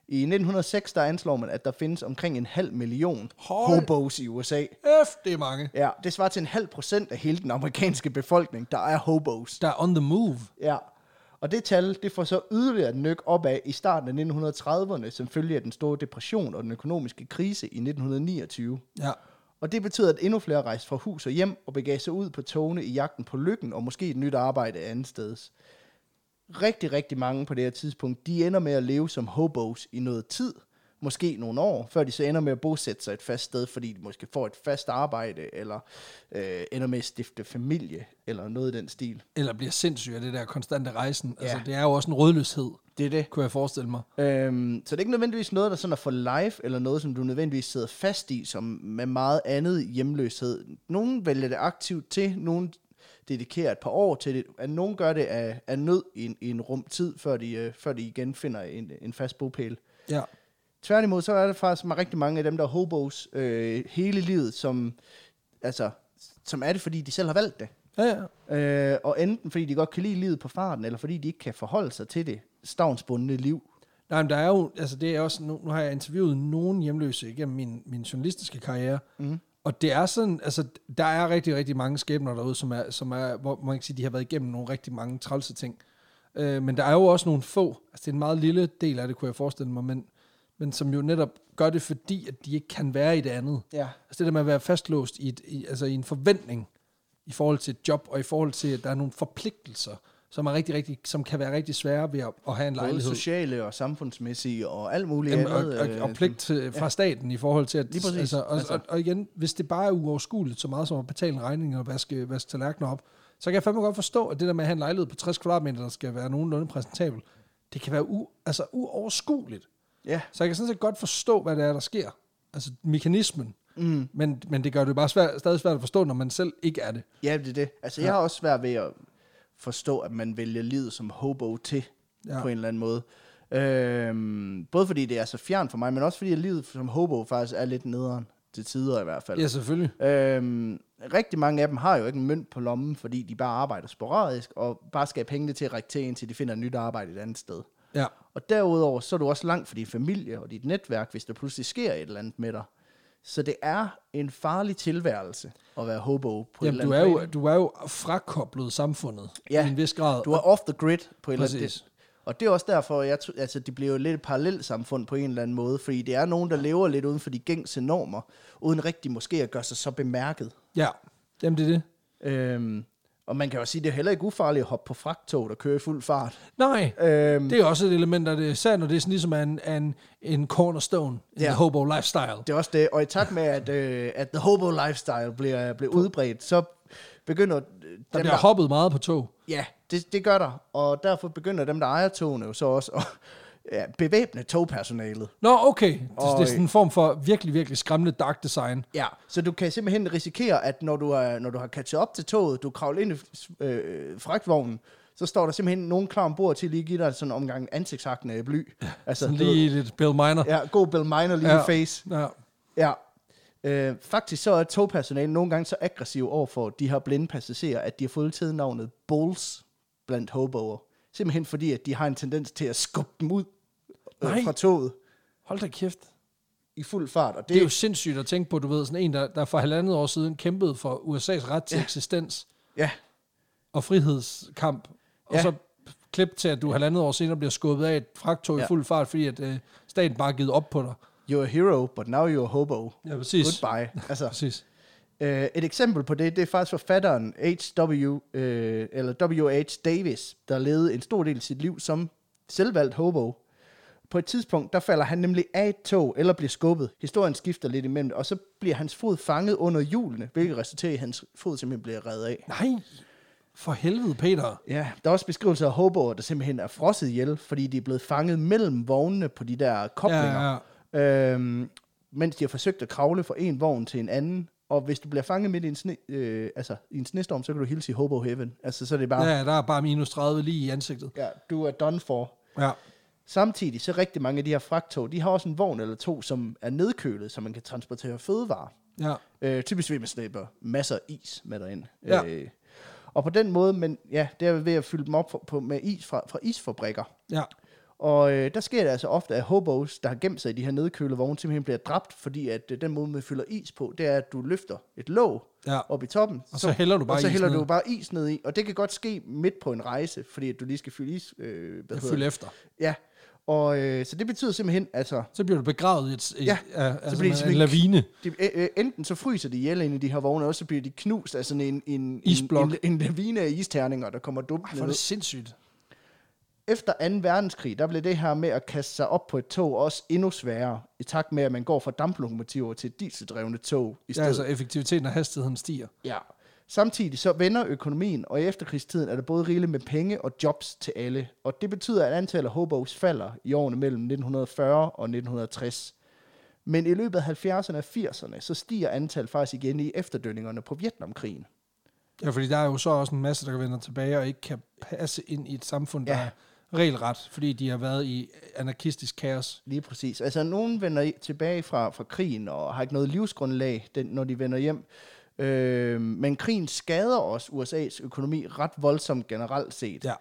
I 1906, der anslår man, at der findes omkring en halv million Hold. hobos i USA. F, det er mange. Ja, det svarer til en halv procent af hele den amerikanske befolkning, der er hobos. Der er on the move. Ja. Og det tal, det får så yderligere et nyk opad i starten af 1930'erne, som følge af den store depression og den økonomiske krise i 1929. Ja. Og det betød, at endnu flere rejste fra hus og hjem og begav sig ud på togene i jagten på lykken og måske et nyt arbejde andet steds. Rigtig, rigtig mange på det her tidspunkt, de ender med at leve som hobos i noget tid, måske nogle år, før de så ender med at bosætte sig et fast sted, fordi de måske får et fast arbejde, eller øh, ender med at stifte familie, eller noget i den stil. Eller bliver sindssyg af det der konstante rejsen. Altså, Ja. det er jo også en rødløshed, Det er det. kunne jeg forestille mig. Øhm, så det er ikke nødvendigvis noget, der sådan er for life, eller noget, som du nødvendigvis sidder fast i, som med meget andet hjemløshed. Nogle vælger det aktivt til, nogle dedikerer et par år til det, at nogle gør det af, af nød i en, i en rum tid, før de, øh, før de igen finder en, en fast bopæl. Ja. Tværtimod, så er der faktisk ma- rigtig mange af dem, der er hobos øh, hele livet, som, altså, som er det, fordi de selv har valgt det. Ja, ja. Øh, og enten fordi de godt kan lide livet på farten, eller fordi de ikke kan forholde sig til det stavnsbundne liv. Nej, men der er jo, altså det er også, nu, nu har jeg interviewet nogen hjemløse igennem min, min journalistiske karriere, mm. og det er sådan, altså der er rigtig, rigtig mange skæbner derude, som er, som er hvor man kan sige, de har været igennem nogle rigtig mange trælse ting. Øh, men der er jo også nogle få, altså det er en meget lille del af det, kunne jeg forestille mig, men, men som jo netop gør det, fordi at de ikke kan være i det andet. Ja. Altså det der med at være fastlåst i, et, i, altså i en forventning i forhold til et job, og i forhold til, at der er nogle forpligtelser, som, er rigtig, rigtig, som kan være rigtig svære ved at, at have en Både lejlighed. sociale og samfundsmæssige og alt muligt Jamen, andet. og, og, og øh, pligt til, fra staten i forhold til, at... Lige præcis. Altså, og, Altså. Og, og igen, hvis det bare er uoverskueligt, så meget som at betale en regning og vaske, vaske tallerkener op, så kan jeg fandme godt forstå, at det der med at have en lejlighed på 60 kvadratmeter, der skal være nogenlunde præsentabel, det kan være u, altså uoverskueligt. Ja, Så jeg kan sådan set godt forstå, hvad det er, der sker. Altså mekanismen. Mm. Men, men det gør det jo bare svært, stadig svært at forstå, når man selv ikke er det. ja, det er det. Altså, jeg har også svært ved at forstå, at man vælger livet som hobo til, Ja. ja. på en eller anden måde. Øhm, både fordi det er så fjern for mig, men også fordi at livet som hobo faktisk er lidt nederen. Til tider i hvert fald. Ja, selvfølgelig. Øhm, rigtig mange af dem har jo ikke en mønt på lommen, fordi de bare arbejder sporadisk, og bare skal have pengene til at række til, indtil de finder et nyt arbejde et andet sted. Ja. Og derudover, så er du også langt fra din familie og dit netværk, hvis der pludselig sker et eller andet med dig. Så det er en farlig tilværelse at være hobo på et Jamen, eller du andet er, jo, plan. du er jo frakoblet samfundet Ja. i en vis grad. Du er off the grid på et eller Præcis. andet Og det er også derfor, jeg tror, altså, det bliver jo lidt et parallelt samfund på en eller anden måde, fordi det er nogen, der lever lidt uden for de gængse normer, uden rigtig måske at gøre sig så bemærket. Ja, jamen det er det. Øhm, og man kan jo sige, det er heller ikke ufarligt at hoppe på fragtog og køre i fuld fart. Nej, Øhm, det er også et element af det, især når det er sådan ligesom er en, er en, en cornerstone i Ja. the hobo lifestyle. det er også det. Og i takt med, at, øh, at the hobo lifestyle bliver, bliver udbredt, så begynder øh, dem, Der bliver hoppet meget på tog. Ja, det, det gør der. Og derfor begynder dem, der ejer togene jo så også at ja, bevæbne togpersonalet. Nå, okay. Det, Og- det er sådan en form for virkelig, virkelig skræmmende dark design. Ja, så du kan simpelthen risikere, at når du har, når du har catchet op til toget, du kravler ind i øh, fragtvognen, så står der simpelthen nogen klar ombord til lige at give dig sådan en omgang ansigtshakkende bly. Altså, Sådan du ved- lige lidt Bill Miner. Ja, god Bill Miner lige ja. i face. Ja. Ja. Øh, faktisk så er togpersonalet nogle gange så aggressiv overfor de her blinde passagerer, at de har fået tilnavnet Bulls blandt hoboer. Simpelthen fordi, at de har en tendens til at skubbe dem ud Nej. øh, fra toget Hold da kæft. i fuld fart. Og det, Det er jo sindssygt at tænke på, du ved, sådan en, der, der for halvandet år siden kæmpede for USA's ret til ja. eksistens Ja, og frihedskamp, og ja. Ja. så klip til, at du halvandet år senere bliver skubbet af et fragtog ja. i Ja. fuld fart, fordi at øh, staten bare har givet op på dig. you're a hero, but now you're a hobo. Ja, præcis. Goodbye. Altså, Præcis. Øh, et eksempel på det, det er faktisk forfatteren H.W. Øh, eller W.H. Davis, der levede en stor del af sit liv som selvvalgt hobo. På et tidspunkt, der falder han nemlig af et tog, eller bliver skubbet. Historien skifter lidt imellem, og så bliver hans fod fanget under hjulene, hvilket resulterer i, at hans fod simpelthen bliver reddet af. Nej, for helvede, Peter. Ja, der er også beskrivelser af hoboer, der simpelthen er frosset ihjel, fordi de er blevet fanget mellem vognene på de der koblinger. Ja, ja. Øhm, mens de har forsøgt at kravle fra en vogn til en anden. Og hvis du bliver fanget midt i en, sne, øh, altså, i en snestorm, så kan du hilse i Hobo Heaven. Altså, så er det bare, ja. Ja, der er bare minus 30 lige i ansigtet. ja, du er done for. Ja. Samtidig så rigtig mange af de her fragtog, de har også en vogn eller to, som er nedkølet, så man kan transportere fødevarer. ja. Øh, typisk vil man slæbe masser af is med derind. Ja. Øh, og på den måde, men ja, det er ved at fylde dem op for, på, med is fra, fra isfabrikker. Ja. Og øh, der sker det altså ofte, at hobos, der har gemt sig i de her nedkølede vogne, simpelthen bliver dræbt, fordi at øh, den måde, man fylder is på, det er, at du løfter et låg Ja. op i toppen, Og så hælder du bare og så is hælder ned. du bare is ned i. Og det kan godt ske midt på en rejse, fordi at du lige skal fylde is. Øh, hvad Jeg hedder følger det? efter. Ja, og øh, så det betyder simpelthen, altså, Så bliver du begravet i et, et, Ja, ja, altså bliver de en simpelthen- lavine. de, øh, øh, enten så fryser de ihjel inde i de her vogne, og så bliver de knust af sådan en, en, en, Isblok. en, en lavine af isterninger, der kommer dumt Ej, hvor er det sindssygt. Efter 2. verdenskrig, der blev det her med at kaste sig op på et tog også endnu sværere, i takt med, at man går fra damplokomotiver til dieseldrevne tog i Ja, stedet. altså effektiviteten og hastigheden stiger. ja. Samtidig så vender økonomien, og i efterkrigstiden er der både rigeligt med penge og jobs til alle. Og det betyder, at antallet af hobos falder i årene mellem 1940 og 1960. Men i løbet af 70'erne og 80'erne, så stiger antallet faktisk igen i efterdønningerne på Vietnamkrigen. Ja, fordi der er jo så også en masse, der vender tilbage og ikke kan passe ind i et samfund, der ja. Ja. er regelret, fordi de har været i anarkistisk kaos. Lige præcis. Altså, nogen vender i- tilbage fra, fra krigen og har ikke noget livsgrundlag, den, når de vender hjem. Øh, men krigen skader også USA's økonomi ret voldsomt generelt set. Ja.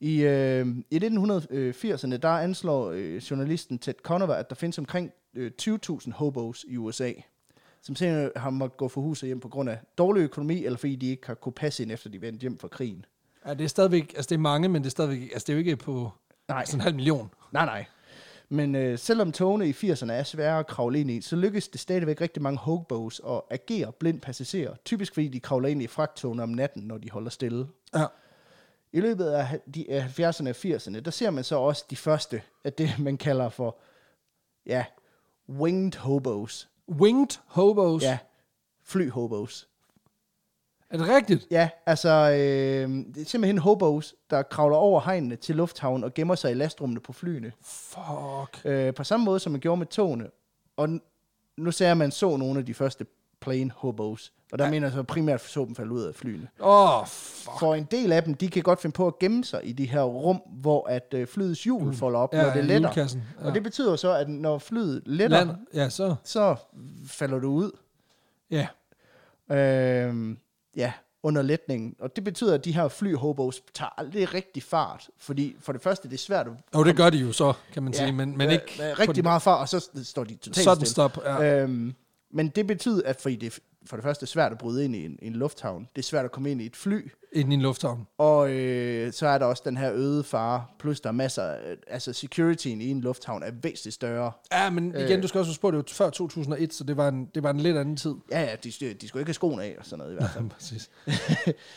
I, øh, I 1980'erne, der anslår øh, journalisten Ted Conover, at der findes omkring øh, 20.000 hobos i USA, som senere har måttet gå for hus og hjem på grund af dårlig økonomi, eller fordi de ikke har kunne passe ind, efter de vendte hjem fra krigen. Ja, det er stadigvæk, altså det er mange, men det er stadigvæk, altså det er jo ikke på Nej. sådan en halv million. Nej, nej. Men øh, selvom togene i 80'erne er svære at kravle ind i, så lykkes det stadigvæk rigtig mange hogbos at agere blindt passagerer, typisk fordi de kravler ind i fragttogene om natten, når de holder stille. Ja. I løbet af ha- de af 70'erne og 80'erne, der ser man så også de første af det, man kalder for, ja, winged hobos. Winged hobos. Ja, flyhobos. Er det rigtigt? Ja, altså, øh, det er simpelthen hobos, der kravler over hegnene til lufthavnen og gemmer sig i lastrummene på flyene. Fuck. Øh, på samme måde, som man gjorde med togene. Og n- nu ser man så nogle af de første plane hobos. Og der ja. mener jeg så primært så dem falde ud af flyene. Åh, oh, fuck. For en del af dem, de kan godt finde på at gemme sig i de her rum, hvor at øh, flyets hjul folder op, Mm. Ja, når det i letter. hjulkassen, ja. Og det betyder så, at når flyet letter, Land. Ja, så. så falder du ud. Ja. Øh, ja, under letningen. Og det betyder, at de her flyhobos tager aldrig rigtig fart. Fordi for det første, det er svært at Og det gør de jo så, kan man sige, men, men øh, ikke øh, på rigtig den- meget far, og så står de totalt Sudden stille. stop, ja. Øhm, men det betyder, at fordi det er f- for det første er svært at bryde ind i en, en lufthavn, det er svært at komme ind i et fly, inden i en lufthavn. og øh, så er der også den her øde fare, plus der er masser af, altså securityen i en lufthavn er væsentligt større. Ja, men igen, øh. du skal også huske på, at det var før 2001, så det var en, det var en lidt anden tid. Ja, ja, de, de skulle ikke have skoen af og sådan noget i hvert fald. Ja, præcis.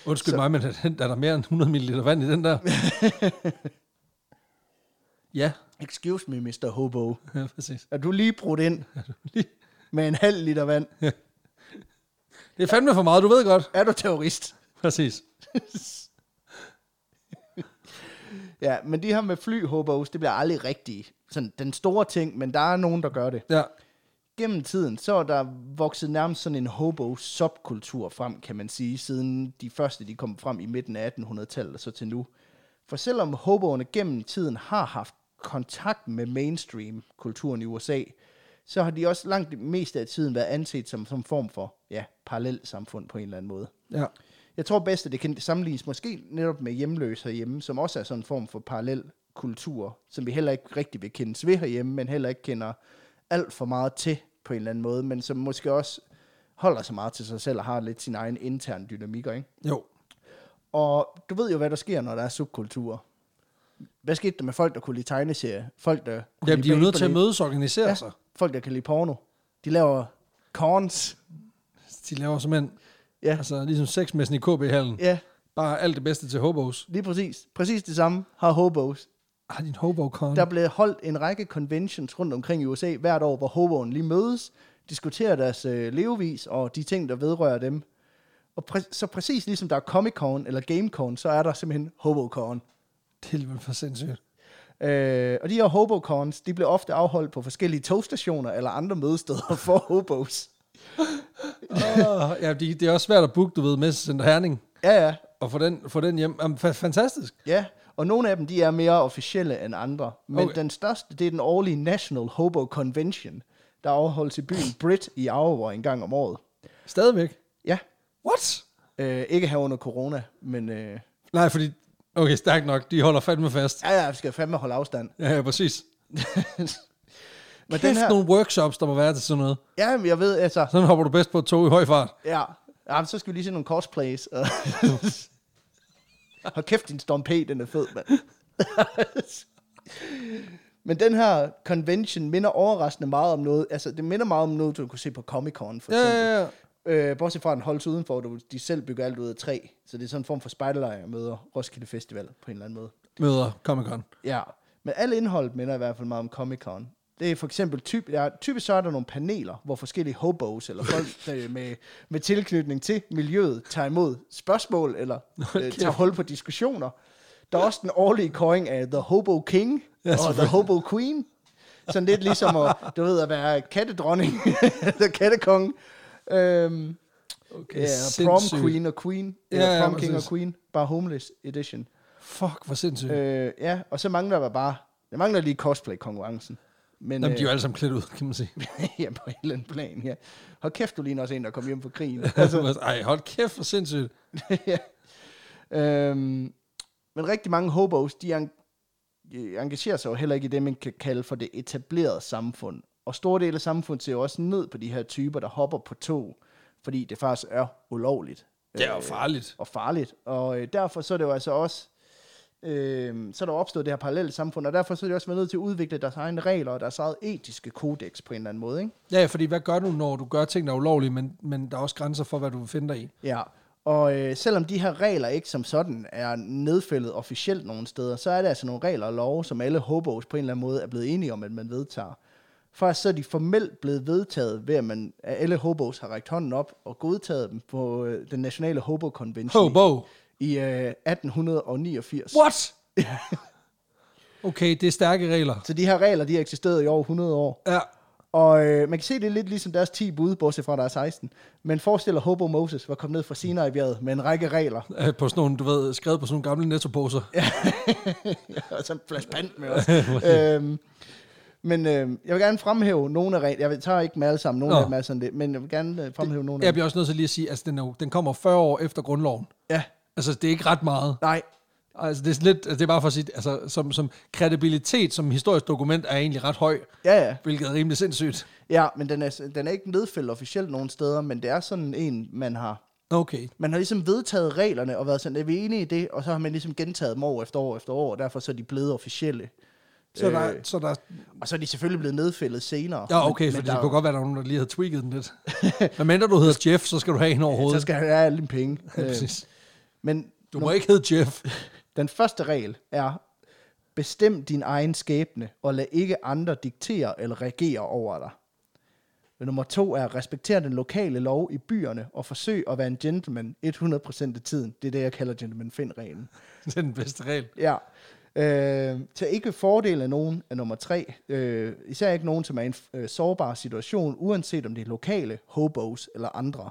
Undskyld mig, men er den- er der mere end 100 ml vand i den der? ja, Excuse me, Mr. Hobo. ja, præcis. Er du lige brudt ind Lige- med en halv liter vand? Det er fandme for meget, du ved godt. Er du terrorist? Præcis. Ja, men de her med flyhobos, det bliver aldrig rigtige. Sådan den store ting, men der er nogen, der gør det. Ja, gennem tiden, så er der vokset nærmest sådan en hobo-subkultur frem, kan man sige, siden de første, de kom frem i midten af 1800-tallet og så til nu. For selvom hoboerne gennem tiden har haft kontakt med mainstream-kulturen i USA, så har de også langt det meste af tiden været anset som, som form for ja, parallelsamfund på en eller anden måde. ja. Jeg tror bedst, at det kan sammenlignes måske netop med hjemløse herhjemme, som også er sådan en form for parallel kultur, som vi heller ikke rigtig vil kendes ved herhjemme, men heller ikke kender alt for meget til på en eller anden måde, men som måske også holder sig meget til sig selv og har lidt sin egen interne dynamikker, ikke? Jo. Og du ved jo, hvad der sker, når der er subkulturer. Hvad skete der med folk, der kunne lide tegneserier? Folk, der kunne Jamen, lide de er jo nødt til at altså. baseballet? mødes og organisere ja. sig. ja, folk, der kan lide porno. De laver corns. De laver simpelthen, Ja, altså ligesom sexmessen i KB-hallen. Ja. ja, Bare alt det bedste til hobos. lige præcis. Præcis det samme har hobos. Har din hobo-con? Der blev holdt en række conventions rundt omkring i USA hvert år, hvor hoboen lige mødes, diskuterer deres øh, levevis og de ting, der vedrører dem. Og præ- så præcis ligesom der er Comic-Con eller Game-Con, så er der simpelthen Hobocon. Det er alligevel for sindssygt. Øh, og de her Hobocons, de blev ofte afholdt på forskellige togstationer eller andre mødesteder for hobos. Oh, ja, de, det er også svært at booke, du ved, Messecenter Herning. Ja, ja, Og få den, få den hjem. Jamen, fa- fantastisk. ja. Og nogle af dem, de er mere officielle end andre. Men Okay. okay. den største, det er den årlige National Hobo Convention, der afholdes i byen Brit i Iowa en gang om året. Stadigvæk. Ja, What? Øh, ikke her under corona, men øh, Nej, fordi... Okay, stærkt nok. De holder fandme fast. ja, ja, vi skal fandme holde afstand. Ja, ja præcis. men Kæft den her, nogle workshops, der må være til sådan noget. ja, men jeg ved, altså, Sådan hopper du bedst på et tog i høj fart. ja, ja, så skal vi lige se nogle cosplays. og- Hold kæft, din Storm P, den er fed, mand. men den her convention minder overraskende meget om noget, altså det minder meget om noget, du kunne se på Comic-Con, for Ja, eksempel. ja, ja. Øh, bortset fra, at den holdes udenfor, hvor du, de selv bygger alt ud af træ. Så det er sådan en form for spejderlejr møder Roskilde Festival på en eller anden måde. Møder Comic Con. Ja, men alt indholdet minder i hvert fald meget om Comic-Con. Det er for eksempel, typ, ja, typisk så er der nogle paneler, hvor forskellige hobos eller folk øh, med, med tilknytning til miljøet tager imod spørgsmål eller øh, tager hul på diskussioner. Der er også den årlige kåring af The Hobo King ja, og The Hobo Queen. Sådan lidt ligesom at, du ved, at være kattedronning eller kattekong. Øhm, Okay, ja, og prom queen og queen. Ja, Eller ja, prom king og præcis. queen. Bare homeless edition. Fuck, hvor sindssygt. Øh, Øh, ja, og så mangler der bare, der mangler lige cosplay-konkurrencen. Men Jamen, de er jo øh, alle sammen klædt ud, kan man sige. ja, på en eller anden plan, ja. Hold kæft, du ligner også en, der kom hjem fra krigen. Altså, Ej, hold kæft, hvor sindssygt. ja. øhm, men rigtig mange hobos, de en, øh, engagerer sig jo heller ikke i det, man kan kalde for det etablerede samfund. Og store dele af samfundet ser jo også ned på de her typer, der hopper på tog, fordi det faktisk er ulovligt. Det er jo farligt. øh, og farligt. Og øh, derfor så er det jo altså også Øh, så er der opstået det her parallelle samfund, og derfor så er de også været nødt til at udvikle deres egne regler og deres eget etiske kodex på en eller anden måde. Ikke? Ja, fordi hvad gør du, når du gør ting, der er ulovlige, men, men der er også grænser for, hvad du finder i? Ja. Og øh, selvom de her regler ikke som sådan er nedfældet officielt nogen steder, så er det altså nogle regler og love, som alle hobos på en eller anden måde er blevet enige om, at man vedtager. Først så er de formelt blevet vedtaget ved, at, man, at alle hobos har rækket hånden op og godtaget dem på øh, den nationale hobo convention Hobo! i øh, 1889. What? Okay, det er stærke regler. Så de her regler, de har eksisteret i over 100 år. Ja, Og øh, man kan se, det er lidt ligesom deres 10 bud, bortset fra, der er 16. Men forestil dig, Hobo Moses var kommet ned fra Sinai-bjerget med en række regler. øh, på sådan nogle, du ved, skrevet på sådan nogle gamle nettoposer. Ja. og så en flashband med os. øhm, men øh, jeg vil gerne fremhæve nogle af reglerne. Jeg tager ikke med alle sammen, nogle Nå. af dem er sådan det, men jeg vil gerne øh, fremhæve nogle af Jeg dem. bliver også nødt til lige at sige, at altså, den, er, jo- den kommer 40 år efter grundloven. Ja, Altså, det er ikke ret meget. nej, Altså, det er, sådan lidt, altså, det er bare for at sige, altså, som, som kredibilitet som historisk dokument er egentlig ret høj, ja, ja. hvilket er rimelig sindssygt. ja men den er, den er ikke nedfældet officielt nogen steder, men det er sådan en, man har Okay. man har ligesom vedtaget reglerne og været sådan, er vi enige i det? Og så har man ligesom gentaget dem år efter år efter år, og derfor så er de blevet officielle. Så Øh. der, så der, Og så er de selvfølgelig blevet nedfældet senere. ja, okay, Men- for men det der er kunne godt være, der er nogen, der lige havde tweaked den lidt. Hvad mindre du hedder Jeff, så skal du have en over jo- Så hovedet. skal han have alle dine penge. Ja, Øh, præcis. men Øhm, Du må ikke hedde Jeff. den første regel er, bestem din egen skæbne, og lad ikke andre diktere eller regere over dig. Nummer to er, respekter den lokale lov i byerne, og forsøg at være en gentleman 100% af tiden. Det er det, jeg kalder gentleman find-reglen. Det er den bedste regel. Ja. Øh, tag ikke fordel af nogen af nummer tre. Øh, især ikke nogen, som er i en øh, sårbar situation, uanset om det er lokale, hobos eller andre.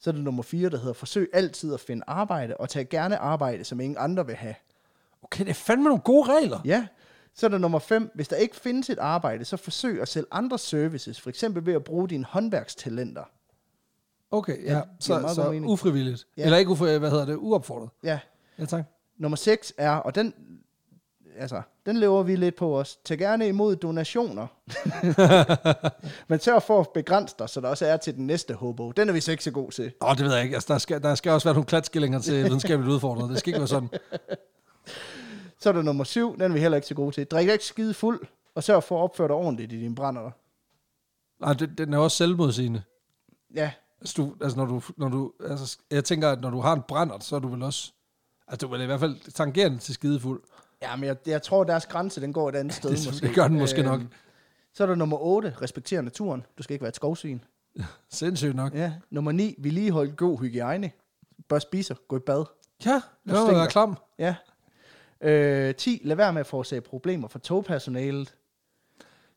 Så er det nummer fire, der hedder forsøg altid at finde arbejde, og tag gerne arbejde, som ingen andre vil have. Okay, det er fandme nogle gode regler. Ja. Så er der nummer 5. Hvis der ikke findes et arbejde, så forsøg at sælge andre services, for eksempel ved at bruge dine håndværkstalenter. Okay, ja. giver Så, meget god så mening. ufrivilligt. Ja. Eller ikke ufrivilligt, hvad hedder det? Uopfordret. Ja. Ja, tak. Nummer 6 er, og den, altså, den lever vi lidt på os. Tag gerne imod donationer. Men sørg for at begrænse dig, så der også er til den næste hobo. Den er vi så ikke så god til. Åh, det ved jeg ikke. Altså, der, skal, der skal også være nogle klatskillinger til videnskabeligt udfordret. Det skal ikke være sådan. Så er der nummer 7, den er vi heller ikke så gode til. Drik dig ikke skide fuld, og sørg for at opføre dig ordentligt i dine brænder. Nej, det, den er også selvmodsigende. Ja, Altså, du, altså, når du, når du, altså, jeg tænker, at når du har en brændert, så er du vel også... Altså, du er vel i hvert fald tangerende til skidefuld. ja men jeg, jeg tror, deres grænse den går et andet sted. Det- måske. det gør den måske nok. Så er der nummer 8, respekter naturen. Du skal ikke være et skovsvin. Sindssygt nok. Ja. Nummer 9, vedligehold god hygiejne. Bør spise, gå i bad. Ja, det var stinker. være klam. Ja. Øh, 10. Lad være med at forårsage problemer for togpersonalet.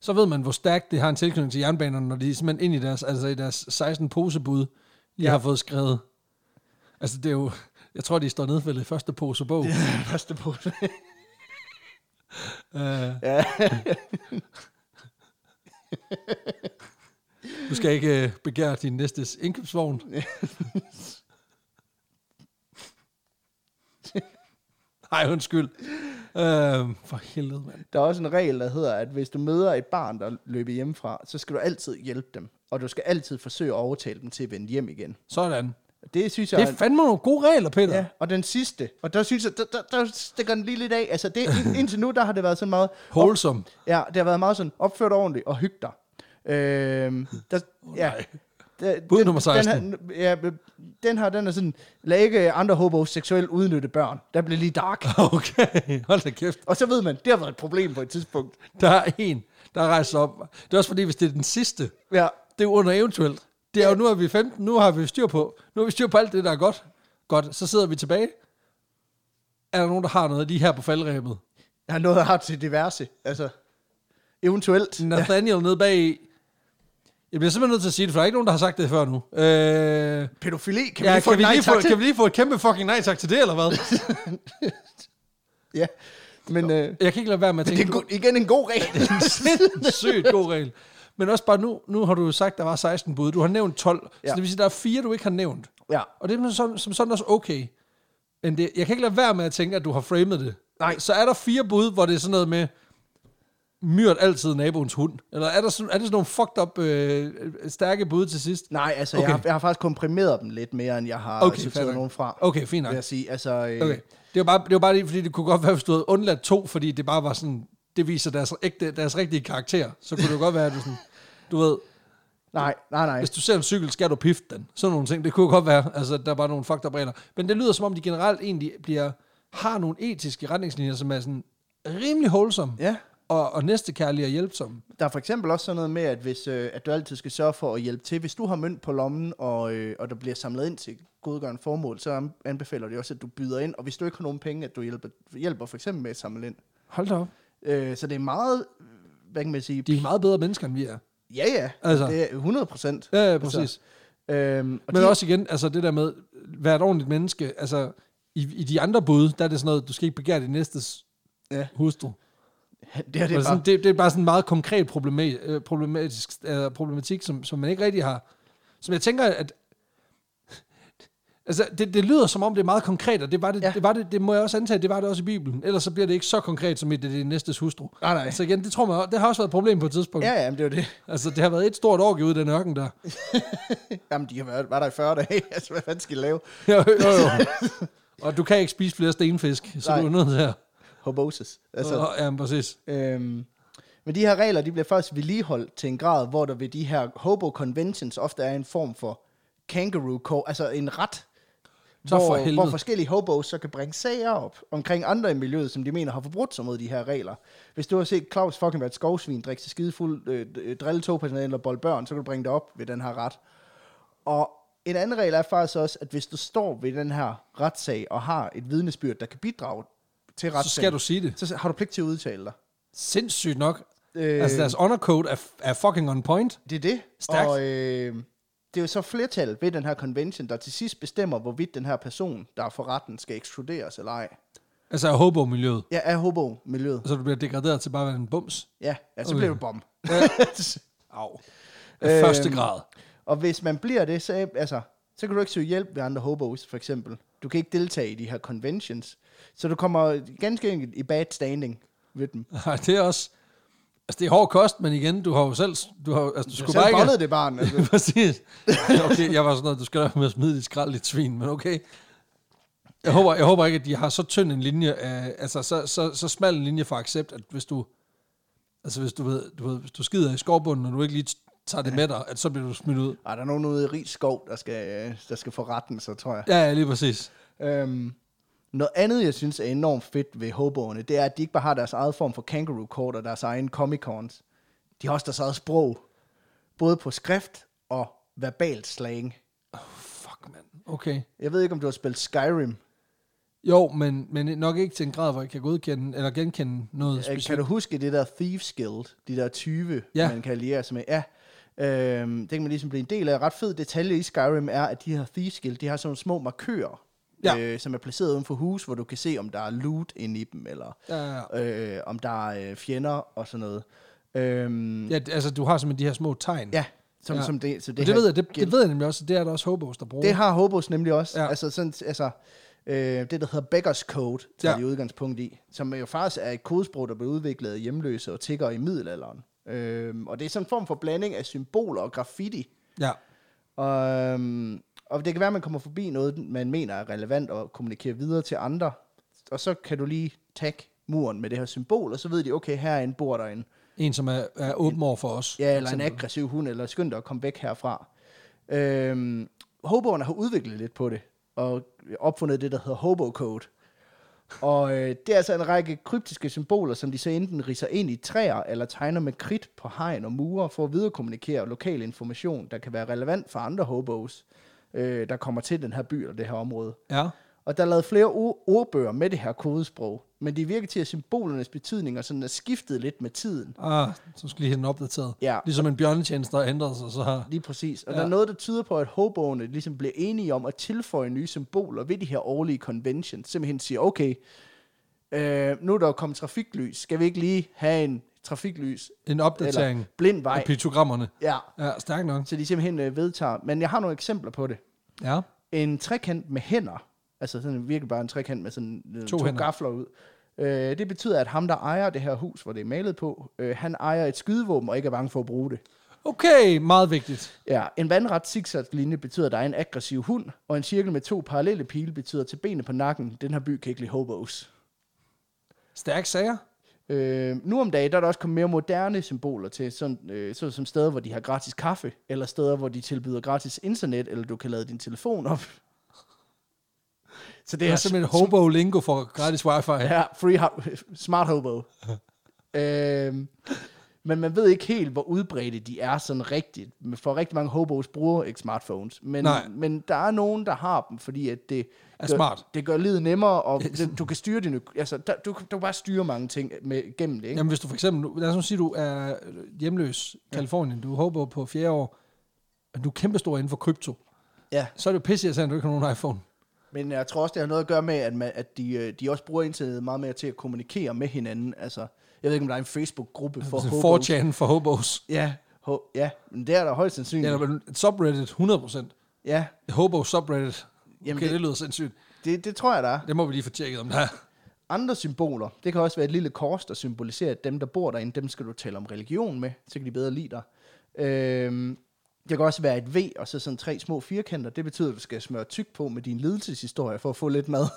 Så ved man, hvor stærkt det har en tilknytning til jernbanerne, når de simpelthen ind i deres, altså i deres 16 posebud, lige ja. har fået skrevet. Altså, det er jo... Jeg tror, de står nedfældet i første pose bog. Ja. Første pose. Uh, ja. du skal ikke uh, begære din næstes indkøbsvogn. Nej, undskyld. Uh, for helvede, mand. Der er også en regel, der hedder, at hvis du møder et barn, der løber hjemmefra, så skal du altid hjælpe dem. Og du skal altid forsøge at overtale dem til at vende hjem igen. Sådan. Det synes jeg... Det er fandme nogle gode regler, Peter. Ja, og den sidste, og der synes jeg, der, der, der stikker den lige lidt af. Altså, det, ind- indtil nu, der har det været sådan meget... Wholesome. Ja, det har været meget sådan, opfør dig ordentligt og hyg dig. Øhm, der, oh, ja, der, Bud nummer 16. Den her, ja, den her, den er sådan, lad ikke andre hobos seksuelt udnytte børn. Der bliver lige dark. Okay, hold da kæft. Og så ved man, det har været et problem på et tidspunkt. Der er en, der rejser op. Det er også fordi, hvis det er den sidste, Ja, det er jo under eventuelt. Det er jo, nu er vi 15, nu har vi styr på, nu har vi styr på alt det, der er godt. Godt, så sidder vi tilbage. Er der nogen, der har noget lige her på faldrebet? jeg har noget at have til diverse. Altså, eventuelt. Nathaniel nede bag. Jeg bliver simpelthen nødt til at sige det, for der er ikke nogen, der har sagt det før nu. Øh, Pædofili, kan vi ja, lige få kan, et vi nej lige tak få, til? kan vi lige få et kæmpe fucking nej tak til det, eller hvad? Ja, men øh, det Jeg kan ikke lade være med at tænke, er en god, igen en god regel. Sindssygt god regel. Men også bare nu, nu har du jo sagt, der var 16 bud. Du har nævnt 12. Ja. Ja. Så det vil sige, der er fire, du ikke har nævnt. ja, Og det er som, som sådan også okay. Men det, jeg kan ikke lade være med at tænke, at du har framet det. Nej. Så er der fire bud, hvor det er sådan noget med, myrd altid naboens hund? Eller er, der sådan, er det sådan nogle fucked up øh, stærke bud til sidst? Nej, altså, okay. Okay. jeg, har, jeg har faktisk komprimeret dem lidt mere, end jeg har Okay, okay, fair nok. sorteret nogen fra. Okay, fint nok. Vil jeg sige. Altså, øh, Okay. Det var bare, det var bare lige, fordi det kunne godt være, hvis du havde undladt to, fordi det bare var sådan, det viser deres, ægte, deres rigtige karakter. Så kunne det jo godt være, at du sådan, du ved, Nej, nej, nej. hvis du ser en cykel, skal du pifte den. Sådan nogle ting, det kunne godt være, altså der var nogle fucked up regler. Men det lyder som om, de generelt egentlig bliver, har nogle etiske retningslinjer, som er sådan rimelig wholesome, Ja. og, og næstekærlige og hjælpsomme. Der er for eksempel også sådan noget med, at, hvis, øh, at du altid skal sørge for at hjælpe til. Hvis du har mønt på lommen, og, øh, og der bliver samlet ind til godgørende formål, så an- anbefaler det også, at du byder ind. Og hvis du ikke har nogen penge, at du hjælper, hjælper for eksempel med at samle ind. Hold da op. Øh, så det er meget, øh, hvad kan man sige? De er meget bedre mennesker, end vi er. Ja, ja. Altså. Altså. Det er 100 procent. Ja, ja præcis. Altså, Øhm, og Men de, også igen, altså det der med, være et ordentligt menneske, altså i, i de andre bud, der er det sådan noget, du skal ikke begære din næstes Ja. hustru. det, her, det, Det er er, sådan, bare, Altså, det, det er bare sådan en meget konkret problema- øh, problematisk, øh, problematik, som, som man ikke rigtig har. Som jeg tænker, at... Altså, det, det lyder som om, det er meget konkret, og det var det, ja. Ja. det, var det, det må jeg også antage, det var det også i Bibelen. Ellers så bliver det ikke så konkret, som i det, det er næstes hustru. nej, nej. Altså igen, det tror man, også- det har også været et problem på et tidspunkt. Ja, ja, men det er jo det. Altså, det har været et stort orgie ude i den ørken der. Jamen, de har været, var der i 40 dage. altså, hvad fanden skal de lave? jo, jo, jo. og du kan ikke spise flere stenfisk, så Nej. Nej. du er nødt til at... Hoboses. Altså, Altså. Ja, men præcis. Øhm, men de her regler, de bliver først vedligeholdt til en grad, hvor der ved de her hobo conventions ofte er en form for kangaroo court, altså en ret, Så for hvor, helvede. hvor forskellige hobos så kan bringe sager op omkring andre i miljøet, som de mener har forbrudt sig mod de her regler. Hvis du har set Claus fucking være et skovsvin, drikke sig skidefuld, øh, øh, drille togpersonale eller bolde børn, så kan du bringe det op ved den her ret. Og en anden regel er faktisk også, at hvis du står ved den her retssag og har et vidnesbyrd, der kan bidrage til retssagen, Så skal du sige det. så har du pligt til at udtale dig. Sindssygt nok. Øh. Øh. Altså, deres undercoat er, er fucking on point. Det er det. Stærkt. Og øh, det er jo så flertal ved den her convention, der til sidst bestemmer, hvorvidt den her person, der er for retten, skal ekskluderes eller ej. Altså, er hobo-miljøet. Ja, er hobo-miljøet. Så du bliver degraderet til bare at være en bums. Ja, ja Okay. så okay. bliver du bom. Au. Af øh. Øhm. første grad. og hvis man bliver det, så, er- altså, så kan du ikke søge hjælp ved andre hobos, for eksempel. Du kan ikke deltage i de her conventions. Så du kommer ganske enkelt i bad standing ved dem. Ej, det er også... Altså, det er hård kost, men igen, du har jo selv... Du har, altså, du Du skulle selv bare ikke... bollede det barn. Altså. Præcis. Okay, jeg var sådan noget, du skal da med at smide dit skrald, dit svin, men okay. Jeg håber, jeg håber ikke, at de har så tynd en linje, af, altså så, så, så smal en linje for accept, at hvis du, altså hvis du, ved, du, ved, hvis du skider i skovbunden, og du ikke lige tager det med dig, at så bliver du smidt ud. Ej, der er nogen ude i rig skov, der skal, øh, der skal få retten, så tror jeg. Ja, ja, lige præcis. Øhm, noget andet, jeg synes er enormt fedt ved hoboerne, det er, at de ikke bare har deres eget form for kangaroo court og deres egen comic cons. De har også deres eget sprog, både på skrift og verbalt slang. Fuck, mand. Okay. Jeg ved ikke, om du har spillet Skyrim. Jo, men, men nok ikke til en grad, hvor jeg kan godkende, eller genkende noget Øh, Kan specifikt. du huske det der Thieves Guild, de der 20, Ja. ja. man kan alliere sig med? Ja. Øhm, det kan man ligesom blive en del af. Ret fed detalje i Skyrim er, at de her Thieves Guild, de har sådan nogle små markører, Ja. ja. øh, som er placeret uden for hus, hvor du kan se, om der er loot inde i dem, eller Ja, ja, ja. øh, om der er øh, fjender og sådan noget. Øhm, ja. ja, det- altså du har simpelthen de her små tegn. ja, som, Ja. ja. som det, så det, det, her det, ved jeg, det, gæld- det ved jeg nemlig også, at det er der også hobos, der bruger. det har Hobos nemlig også. Ja. Ja. Altså, sådan, altså øh, det, der hedder Beggars Code, tager Ja. ja. de udgangspunkt i, som jo faktisk er et kodesprog, der blev udviklet af hjemløse og tiggere i middelalderen. Øhm, og det er sådan en form for blanding af symboler og graffiti. Ja. Og, øhm, og det kan være, at man kommer forbi noget, man mener er relevant og kommunikerer videre til andre. Og så kan du lige tagge muren med det her symbol, og så ved de, okay, herinde bor der en En, som er, er åben over for os. Ja, eller en aggressiv hund, eller skynd dig at komme væk herfra. Øhm, hoboerne har udviklet lidt på det, og opfundet det, der hedder Hobo Code. Og øh, det er altså en række kryptiske symboler, som de så enten riser ind i træer, eller tegner med kridt på hegn og mure, for at viderekommunikere lokal information, der kan være relevant for andre hobos, øh, der kommer til den her by eller det her område. Ja. Og der er lavet flere ord- ordbøger med det her kodesprog, men de virker til, at symbolernes betydninger sådan er skiftet lidt med tiden. Ah, så skal jeg lige have den opdateret. Ja. Ligesom en bjørnetjeneste, der ændrer sig, så har... Lige præcis. Og Ja. ja. der er noget, der tyder på, at hoboerne ligesom bliver enige om at tilføje nye symboler ved de her årlige conventions. Simpelthen siger, okay, øh, nu er der jo kommet trafiklys. Skal vi ikke lige have en trafiklys En opdatering eller blind vej? af piktogrammerne. Ja, Ja, stærk nok. så de simpelthen øh, vedtager. Men jeg har nogle eksempler på det. Ja. En trekant med hænder. Altså sådan virkelig bare en trekant med sådan øh, To to, hænder. to gafler ud. Øh, det betyder, at ham, der ejer det her hus, hvor det er malet på, øh, han ejer et skydevåben og ikke er bange for at bruge det. Okay, meget vigtigt. Ja, en vandret zigzag-linje betyder, at der er en aggressiv hund, og en cirkel med to parallelle pile betyder til benene på nakken, den her by kan ikke lide hobos. Stærke sager. Øh, nu om dagen, der er der også kommet mere moderne symboler til, sådan, øh, sådan som steder, hvor de har gratis kaffe, eller steder, hvor de tilbyder gratis internet, eller du kan lade din telefon op. Så det Det er simpelthen hobo-lingo for gratis wifi. Ja. Ja, free ho- smart hobo. øhm, men man ved ikke helt, hvor udbredte de er sådan rigtigt. For rigtig mange hobos bruger ikke smartphones. Men, Nej. men der er nogen, der har dem, fordi at det, Er smart. det gør livet nemmere, og det, du kan styre din... øk- Altså, der, du, kan- du kan bare styre mange ting med, gennem det, ikke? Jamen hvis du for eksempel, nu- lad os nu sige, du er hjemløs i Kalifornien, du er hobo på fjerde år, og du er kæmpestor inden for krypto, Ja. så er det jo pisse, at du ikke har nogen iPhone. Men jeg tror også, det har noget at gøre med, at, man, at de, øh, de også bruger internettet meget mere til at kommunikere med hinanden. Altså, jeg ved ikke, om der er en Facebook-gruppe for hobos. Mm. 4chan Altså, for hobos. altså Ja, ho- ja, men det er der højst sandsynligt. Eller men et subreddit, 100%. ja. Hobo subreddit. Jamen, Jamen, okay, det, det- det lyder sindssygt. Det, det tror jeg, der er. Det må vi lige få tjekket om der er. Andre symboler, det kan også være et lille kors, der symboliserer, at dem, der bor derinde, dem skal du tale om religion med, så kan de bedre lide dig. Øhm, det kan også være et V, og så sådan tre små firkanter. Det betyder, at du skal smøre tyk på med din ledelseshistorie for at få lidt mad.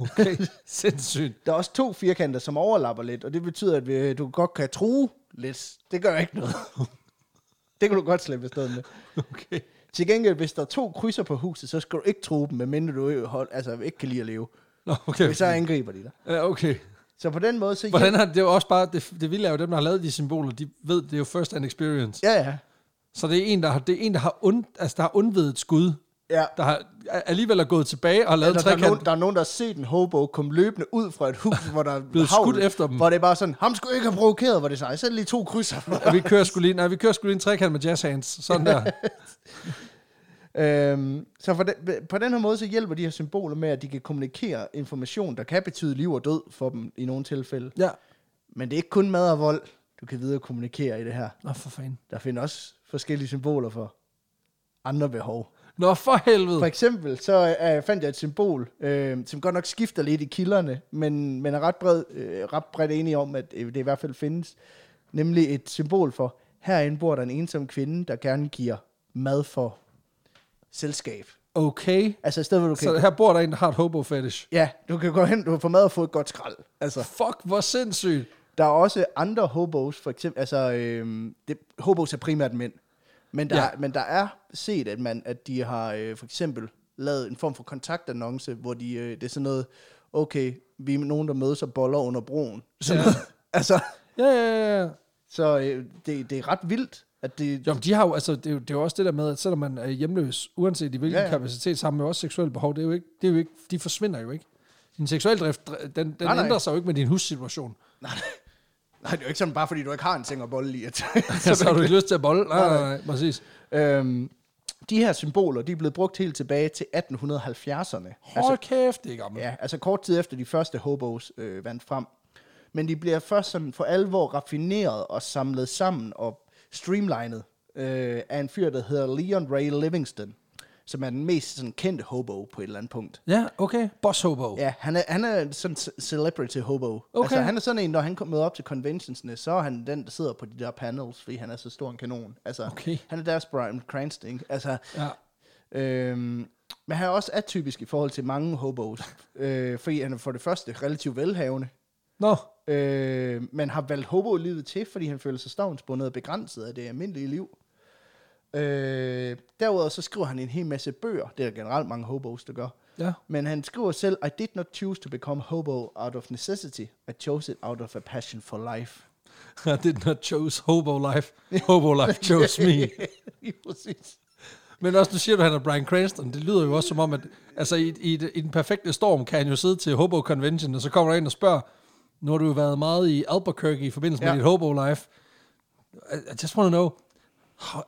Okay, sindssygt. Der er også to firkanter, som overlapper lidt, og det betyder, at vi- du godt kan true lidt. Det gør ikke noget. Det kan du godt slippe afsted med. Okay. Til gengæld, hvis der er to krydser på huset, så skal du ikke true dem, medmindre du ø- hold, altså, ikke kan lide at leve. Nå, okay. Så angriber de dig. Ja, okay. Så på den måde, så... Hvordan er det, det er jo også bare, det, det vilde er jo dem, der har lavet de symboler, de ved, det er jo first hand experience. Ja, ja. Så det er en, der har, det er en, der har, und, altså, der har undvedet et skud, Ja, der har, alligevel er gået tilbage og har lavet Eller en der, er nogen, trekant. der er nogen, der har set en hobo komme løbende ud fra et hus, hvor der er Blevet hagl, skudt efter dem. Hvor det er bare sådan, ham skulle ikke have provokeret, hvor det er sådan, "Ej, så er det lige to krydser. Ja, vi kører sgu lige, nej, vi kører sgu lige en trekant med jazz hands. Sådan der. øhm, så for den, på den her måde, så hjælper de her symboler med, at de kan kommunikere information, der kan betyde liv og død for dem i nogle tilfælde. Ja. Men det er ikke kun mad og vold, du kan videre kommunikere i det her. Nå, for fanden. Der findes også forskellige symboler for andre behov. Nå, for helvede. For eksempel, så øh, fandt jeg et symbol, øh, som godt nok skifter lidt i kilderne, men, men er ret, bred, øh, ret bredt enige om, at øh, det i hvert fald findes. Nemlig et symbol for, herinde bor der en ensom kvinde, der gerne giver mad for selskab. Okay. Altså et sted, hvor du okay. Så kan... her bor der en, der har et hobo fetish. Ja, du kan gå hen, du kan få mad og få et godt skrald. Altså, Fuck, hvor sindssygt. der er også andre hobos, for eksempel, altså, øh, det, hobos er primært mænd. Men der, Ja. ja. men der er set, at, man, at de har øh, for eksempel lavet en form for kontaktannonce, hvor de, øh, det er sådan noget, okay, vi er nogen, der mødes og boller under broen. Sådan Ja. ja. altså, Ja, ja, ja, ja. så øh, det, det er ret vildt, at det... Jo, men de har jo, altså, det, er jo, det er jo også det der med, at selvom man er hjemløs, uanset i hvilken ja, Ja, ja. ja. kapacitet, så har man jo også seksuelle behov. Det er jo ikke, det er jo ikke, de forsvinder jo ikke. Din seksuelle drift, den, den Nej, nej. ændrer sig jo ikke med din hussituation. Nej, det er jo ikke sådan, bare fordi du ikke har en seng og bolle i. At, Så, så har du ikke lyst til at bolle. Nej, Nej, nej, nej. nej, præcis. øhm, de her symboler, de er blevet brugt helt tilbage til 1870'erne. Hold kæft, det er gammelt. Ja, altså kort tid efter de første hobos øh, vandt frem. Men de bliver først sådan for alvor raffineret og samlet sammen og streamlinet øh, af en fyr, der hedder Leon Ray Livingston, som er den mest sådan, kendte hobo på et eller andet punkt. Ja, okay. Boss hobo. Ja. Ja, han er, han er sådan en celebrity hobo. Okay. Altså, han er sådan en, når han møder op til conventionsne, så er han den, der sidder på de der panels, fordi han er så stor en kanon. Altså, Okay. han er deres Brian Cranston. ikke? Altså, ja. Øhm, men han er også atypisk i forhold til mange hobos, øh, fordi han er for det første relativt velhavende, Nå, øh, men har valgt hobo-livet til, fordi han føler sig stavnsbundet og begrænset af det almindelige liv. Øh, derudover så skriver han en hel masse bøger, det er der generelt mange hobos, der gør. ja. Men han skriver selv, I did not choose to become hobo out of necessity, I chose it out of a passion for life. I did not chose hobo life. Hobo life chose me. Lige præcis. Men også, nu siger du, at han er Brian Cranston. Det lyder jo også som om, at altså, i, i, i den perfekte storm kan han jo sidde til Hobo Convention, og så kommer der ind og spørger, nu har du jo været meget i Albuquerque i forbindelse med Ja. dit Hobo Life. I, I just want to know, how,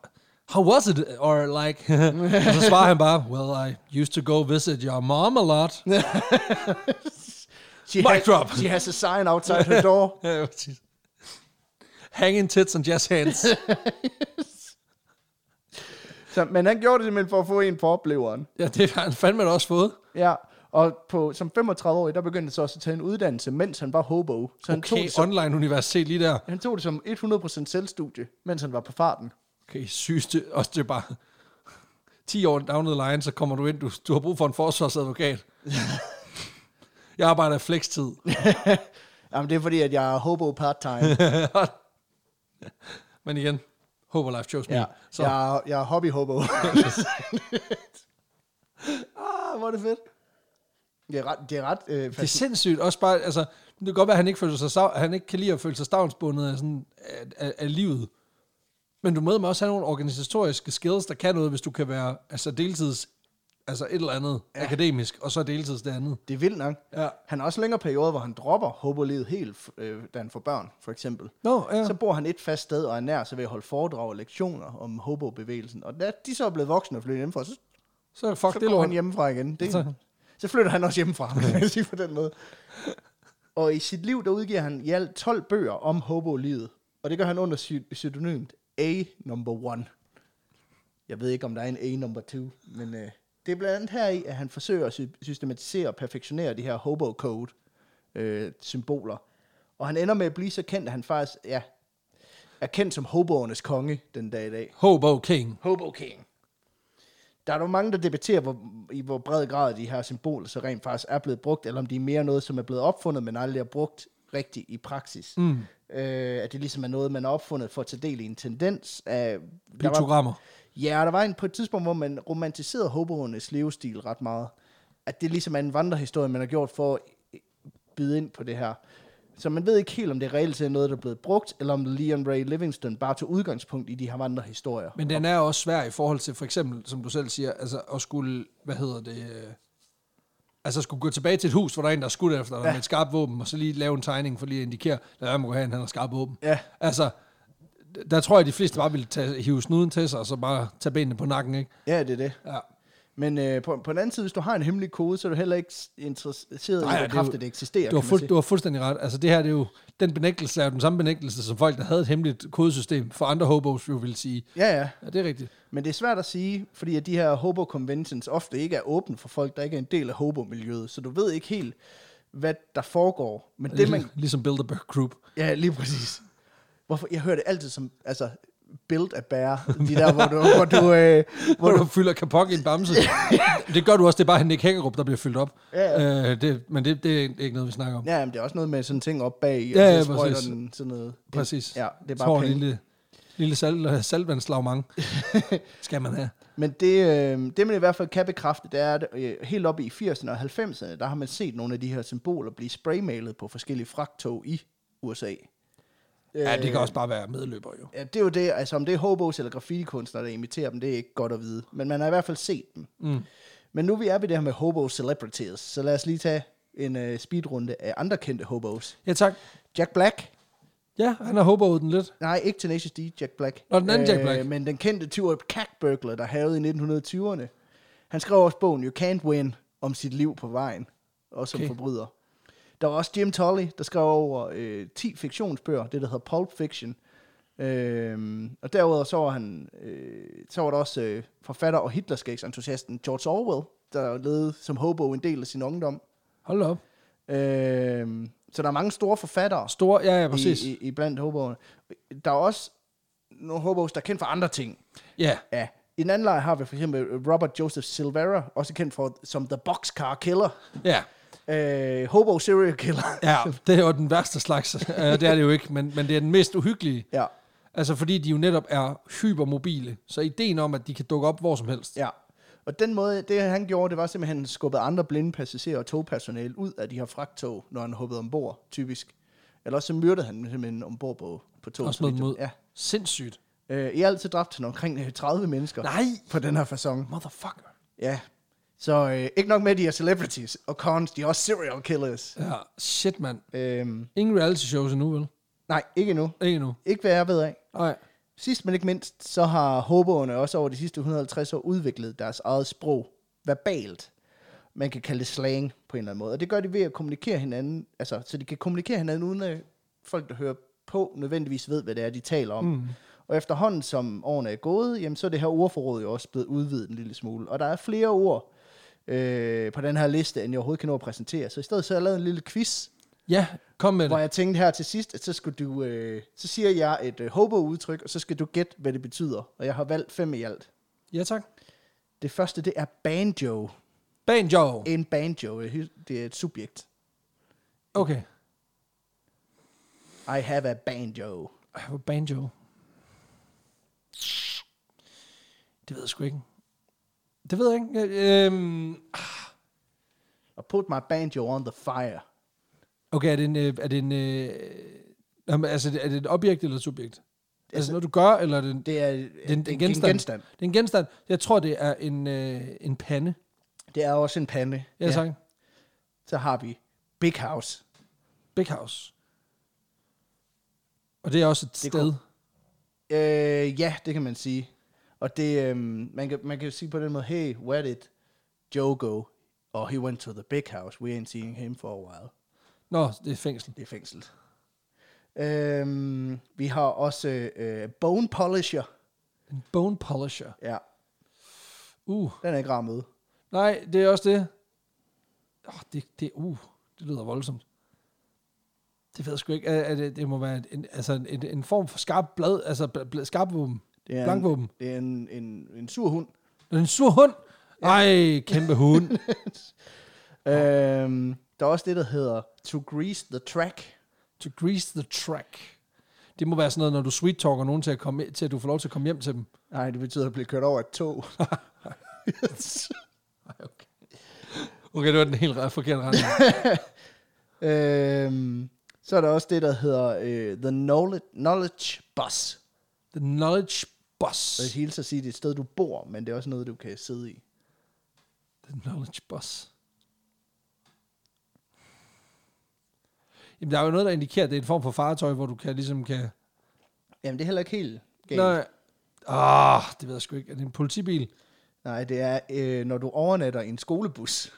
how was it? Or like, og så svarer han bare, well, I used to go visit your mom a lot. She Mic has, drop. She has a sign outside her door. Ja, præcis. Hanging tits and jazz hands. Så, men han gjorde det simpelthen for at få en på opleveren. ja, det har han fandme da også fået. Ja, Og på, som 35-årig, der begyndte han så også at tage en uddannelse, mens han var hobo. Så han, tog, Okay, det som, online-universitet lige der. han tog det som 100% selvstudie, mens han var på farten. Okay, sygeste, også det er bare 10 år down the line, så kommer du ind, du, du har brug for en forsvarsadvokat. Jeg arbejder i flekstid. Jamen, det er fordi, at jeg er hobo part-time. Men igen, hope life chose me. ja. Ja. så. Så Jeg, er- jeg er hobby-hobo. ah, hvor er det fedt. det er ret, det er ret øh, Det er sindssygt. Også bare, altså, det kan godt være, at han ikke, føler sig, sav- han ikke kan lide at føle sig stavnsbundet af, sådan, af, af, af livet. Men du må med også have nogle organisatoriske skills, der kan noget, hvis du kan være altså deltids, altså et eller andet ja. akademisk, og så deltids det andet. Det er vildt nok. Ja. Han har også længere perioder, hvor han dropper hobolivet helt, øh, da han får børn, for eksempel. Nå, ja. Så bor han et fast sted og er nær sig ved at holde foredrag og lektioner om hobobevægelsen. Og da de så er blevet voksne og flyttet hjemmefra, så, Så fuck så det går lort. han hjemmefra igen. Det, Så- så. så flytter han også hjemmefra, kan jeg sige på den måde. Og i sit liv, der udgiver han i alt 12 bøger om hobolivet. Og det gør han under sy- pseudonymt A number one. Jeg ved ikke, om der er en A number two, men øh, det er blandt andet her i, at han forsøger at sy- systematisere og perfektionere de her hobo code øh, symboler. Og han ender med at blive så kendt, at han faktisk ja, er kendt som hoboernes konge den dag i dag. Hobo King. Hobo King. Der er jo mange, der debatterer, hvor, i hvor bred grad de her symboler så rent faktisk er blevet brugt, eller om de er mere noget, som er blevet opfundet, men aldrig er brugt rigtigt i praksis. Mm. Øh, at det ligesom er noget, man har opfundet for at tage del i en tendens af... der var- Pictogrammer. Ja, og der var en på et tidspunkt, hvor man romantiserede hoboernes levestil ret meget. At det ligesom er en vandrehistorie, man har gjort for at byde ind på det her. Så man ved ikke helt, om det reelt set er noget, der er blevet brugt, eller om Leon Ray Livingston bare tog udgangspunkt i de her vandrehistorier. Men den er også svær i forhold til, for eksempel, som du selv siger, altså at skulle, hvad hedder det, øh, altså skulle gå tilbage til et hus, hvor der er en, der er skudt efter dig ja. med et skarpt våben, og så lige lave en tegning for lige at indikere, lad være med at gå herhen, han har skarpt våben. Ja. Altså, d- der tror jeg, de fleste bare ville tage, hive snuden til sig, og så bare tage benene på nakken, ikke? Ja, det er det. Ja. Men øh, på, på den anden side, hvis du har en hemmelig kode, så er du heller ikke s- interesseret Nej, ja, i, hvor det er jo- kraftigt det eksisterer. Du har, kan man fuld, sige. du har fuldstændig ret. Altså det her, det er jo, den benægtelse er jo den samme benægtelse, som folk, der havde et hemmeligt kodesystem for andre hobos, jo ville sige. Ja, ja. Ja, det er rigtigt. Men det er svært at sige, fordi at de her hobo conventions ofte ikke er åbne for folk, der ikke er en del af hobo-miljøet. Så du ved ikke helt, hvad der foregår. Men det, man... Ligesom Bilderberg Group. Ja, lige præcis. Hvorfor? Jeg hører det altid som... Altså, build a bear. De der, hvor du... Hvor du, øh, Hvor du fylder kapok i en bamse. det gør du også, det er bare Nick Hækkerup, der bliver fyldt op. Ja, Øh, det, men det, det er ikke noget, vi snakker om. Ja, ja, men det er også noget med sådan en ting op bag. Ja, ja, og så sprøjter præcis. den sådan noget. Præcis. Ja, det er bare Tror, penge. lille, lille sal, saltvandslagmang skal man have. Men det, øh, det man i hvert fald kan bekræfte, det er, at øh, helt op i 80'erne og 90'erne, der har man set nogle af de her symboler blive spraymalet på forskellige fragtog i USA. Ja, det kan også bare være medløber jo. Øh, Ja, det er jo det, altså om det er hobos eller graffitikunstnere, der imiterer dem, det er ikke godt at vide. Men man har i hvert fald set dem. Mm. Men nu er vi er ved det her med hobo celebrities, så lad os lige tage en øh, speedrunde af andre kendte hobos. Ja, tak. Jack Black. Ja, han har håbet den lidt. Nej, ikke Tenacious D, Jack Black. Øh, Nå, den anden Jack Black. Men den kendte tyver Cat Burglar, der havede i 1920'erne. Han skrev også bogen You Can't Win om sit liv på vejen, og som Okay. okay. forbryder. Der var også Jim Tolley, der skrev over øh, 10 fiktionsbøger, det der hedder Pulp Fiction. Øhm, og derudover så var, han, øh, så var der også øh, forfatter og Hitlerskægsentusiasten George Orwell, der levede som hobo en del af sin ungdom. Hold da op. Øhm, så der er mange store forfattere Stor, ja, ja, præcis. i, i, i blandt hoboerne. Der er også nogle hobos, der er kendt for andre ting. Ja, Ja. I den anden lejr har vi for eksempel Robert Joseph Silvera, også kendt for som The Boxcar Killer. ja. Øh, hobo Serial Killer. Ja, det er jo den værste slags. Ja, det er det jo ikke, men, men det er den mest uhyggelige. ja, Altså, fordi de jo netop er hypermobile. Så ideen om, at de kan dukke op hvor som helst. ja. Og den måde, det han gjorde, det var simpelthen, at han skubbede andre blinde passagerer og togpersonale ud af de her fragttog, når han hoppede ombord, typisk. Eller også så myrdede han dem simpelthen ombord på, på toget. Og smed dem ud. Ja. Sindssygt. Øh, I alt så dræbte han omkring øh, 30 mennesker Nej. på den her façon. Motherfucker. Ja. Så øh, ikke nok med, at de er celebrities og cons, de er også serial killers. Ja, shit, mand. Øhm, Ingen reality shows endnu, vel? nej, ikke endnu. Ikke endnu. Ikke hvad jeg ved af. Nej. Sidst men ikke mindst, så har hoboerne også over de sidste 150 år udviklet deres eget sprog verbalt. Man kan kalde det slang på en eller anden måde. Og det gør de ved at kommunikere hinanden, altså så de kan kommunikere hinanden uden at folk, der hører på, nødvendigvis ved, hvad det er, de taler om. Mm. Og efterhånden, som årene er gået, jamen, så er det her ordforråd jo også blevet udvidet en lille smule. Og der er flere ord, øh, på den her liste, end jeg overhovedet kan nå at præsentere. Så i stedet så har jeg lavet en lille quiz, Ja, kom med hvor det. jeg tænkte her til sidst, at så, skulle du, øh, så siger jeg et øh, hobo-udtryk, og så skal du gætte, hvad det betyder. Og jeg har valgt fem i alt. Ja, tak. Det første, det er banjo. Banjo. En banjo, øh, det er et subjekt. Okay. I have a banjo. Ej, hvor Banjo. Det ved jeg sgu ikke. Det ved jeg ikke. Øh, øhm, Og put my banjo on the fire. okay, er det en... øh, Er det en øh, nå, men altså, er det et objekt eller et subjekt? Altså, altså noget, du gør, eller er det en, det, Det er, er en, en, genstand. genstand. Det er en genstand. Jeg tror, det er en, øh, en pande. Det er også en pande. Ja, ja. tak. Så har vi Big House. Big House. Og det er også et er sted. Øh, ja, det kan man sige. Og det, øhm, man, kan, man kan jo sige på den måde, hey, where did Joe go? Og he went to the big house. We ain't seeing him for a while. Nå, det er fængsel. Det er fængslet. Øhm, vi har også øh, Bone Polisher. En bone polisher. Ja, Uh. den er ikke rar med. Nej, det er også det. Oh, det, det, uh, det lyder voldsomt. Det ved jeg sgu ikke. Er, er det, det må være en, altså en- en, en form for skarp blad, altså bl- bl- skarp våben. Det er Blankvåben. En, det er en, en, en sur hund. Er det en sur hund? Ej, kæmpe hund. Øhm, der er også det, der hedder To Grease the Track. to grease the track. Det må være sådan noget, når du sweet talker nogen til at, komme, til at du får lov til at komme hjem til dem. Nej, det betyder at blive kørt over et tog. Ej, okay. Okay, det var den helt re- forkerte retning. øhm, så er der også det, der hedder øh, The Knowledge, knowledge Bus. The knowledge bus. Jeg vil hilse at sige, at det er et sted, du bor, men det er også noget, du kan sidde i. The knowledge bus. Jamen, der er jo noget, der indikerer, at det er en form for fartøj, hvor du kan ligesom kan... Jamen, det er heller ikke helt galt. Nej. Ah, det ved jeg sgu ikke. Er det en politibil? Nej, det er, øh, når du overnatter i en skolebus.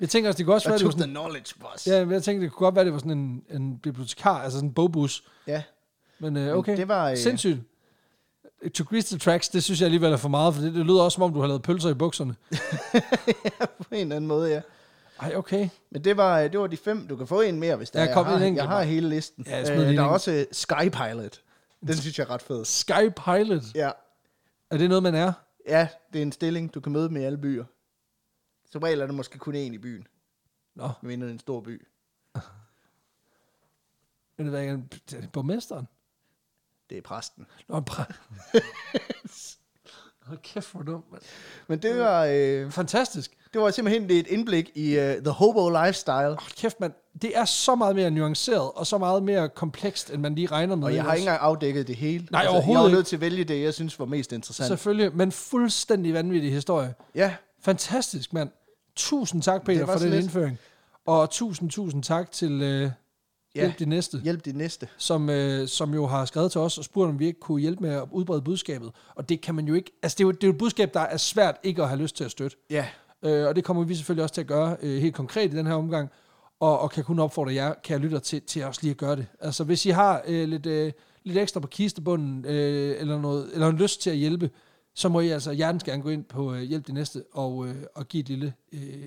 Jeg tænker også, det kunne også være, Og det var took sådan, the knowledge bus. ja, men jeg tænker, det kunne godt være, det var sådan en, en bibliotekar, altså sådan en bogbus. ja. Men øh, okay, det var, øh, sindssygt. To Grease the Tracks, det synes jeg alligevel er for meget, for det, det lyder også, som om du har lavet pølser i bukserne. ja, på en eller anden måde, ja. Ej, okay. Men det var, øh, det var de fem. Du kan få en mere, hvis der Ja, er. kom en jeg, har, enkelt jeg har bare. hele listen. Ja, smid lige der er en. også øh, Sky Pilot. Den synes jeg er ret fed. Sky Pilot, Ja. er det noget, man er? ja, det er en stilling, du kan møde med i alle byer. Som regel er der måske kun én i byen, Nå, mindre end en stor by. men det ved jeg ikke, er det borgmesteren? Det er præsten. Nå, en præ... Hold kæft, hvor dumt, mand. Men det var, øh, Fantastisk. det var simpelthen et indblik i øh, The Hobo Lifestyle. Hold kæft, mand. Det er så meget mere nuanceret, og så meget mere komplekst, end man lige regner med. Og jeg har ellers. ikke engang afdækket det hele. Altså, Nej, Jeg overhovedet var ikke. nødt til at vælge det, jeg synes var mest interessant. Selvfølgelig, men fuldstændig vanvittig historie. ja, Fantastisk, mand. Tusind tak, Peter, Det var for den så lidt. indføring. Og tusind, tusind tak til øh, Ja. ja. de næste, ja. hjælp de næste. som, øh, som jo har skrevet til os og spurgt, om vi ikke kunne hjælpe med at udbrede budskabet. Og det kan man jo ikke. Altså, det er jo, det er jo et budskab, der er svært ikke at have lyst til at støtte. Ja. Øh, og det kommer vi selvfølgelig også til at gøre øh, helt konkret i den her omgang, og, og kan kun opfordre jer, kære lytter, til, til også lige at gøre det. Altså hvis I har øh, lidt, øh, lidt ekstra på kistebunden, øh, eller, noget, eller en lyst til at hjælpe, så må I altså hjertens gerne gå ind på øh, Hjælp det Næste og, øh, og give et lille øh,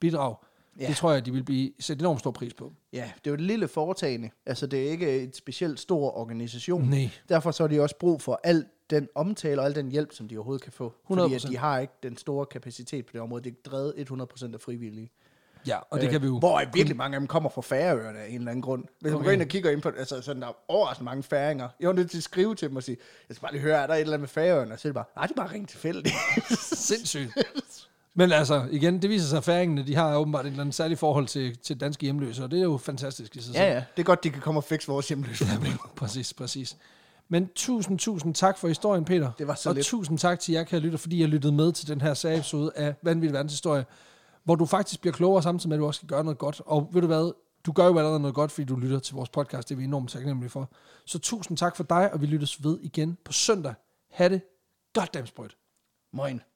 bidrag. Ja. Yeah. Det tror jeg, de vil blive sætte enormt stor pris på. Ja, det er jo et lille foretagende. Altså, det er ikke et specielt stor organisation. Nej. Derfor så har de også brug for al den omtale og al den hjælp, som de overhovedet kan få. Fordi at 100%. de har ikke den store kapacitet på det område. Det er drevet 100% af frivillige. Ja, og det Øh, kan vi jo. Hvor virkelig mange af dem kommer fra færøerne af en eller anden grund. Hvis man Okay. går ind og kigger ind på det, altså sådan, der er overraskende mange færinger. Jeg var nødt til at skrive til dem og sige, jeg skal bare lige høre, er der et eller andet med færøerne? Og så er det bare, nej, det er bare rent tilfældigt. Sindssygt. Men altså, igen, det viser sig, at færingene, de har åbenbart et eller andet særligt forhold til, til danske hjemløse, og det er jo fantastisk i sig selv. ja, ja. Det er godt, de kan komme og fikse vores hjemløse problemer. Præcis, præcis. Men tusind, tusind tak for historien, Peter. Det var så Og lidt. tusind tak til jer, kære lytter, fordi jeg lyttede med til den her særepisode af Vanvittig Verdenshistorie, hvor du faktisk bliver klogere samtidig med, at du også skal gøre noget godt. Og ved du hvad, du gør jo allerede noget godt, fordi du lytter til vores podcast. Det er vi enormt taknemmelige for. Så tusind tak for dig, og vi lyttes ved igen på søndag. Ha' det goddamn sprødt. Moin.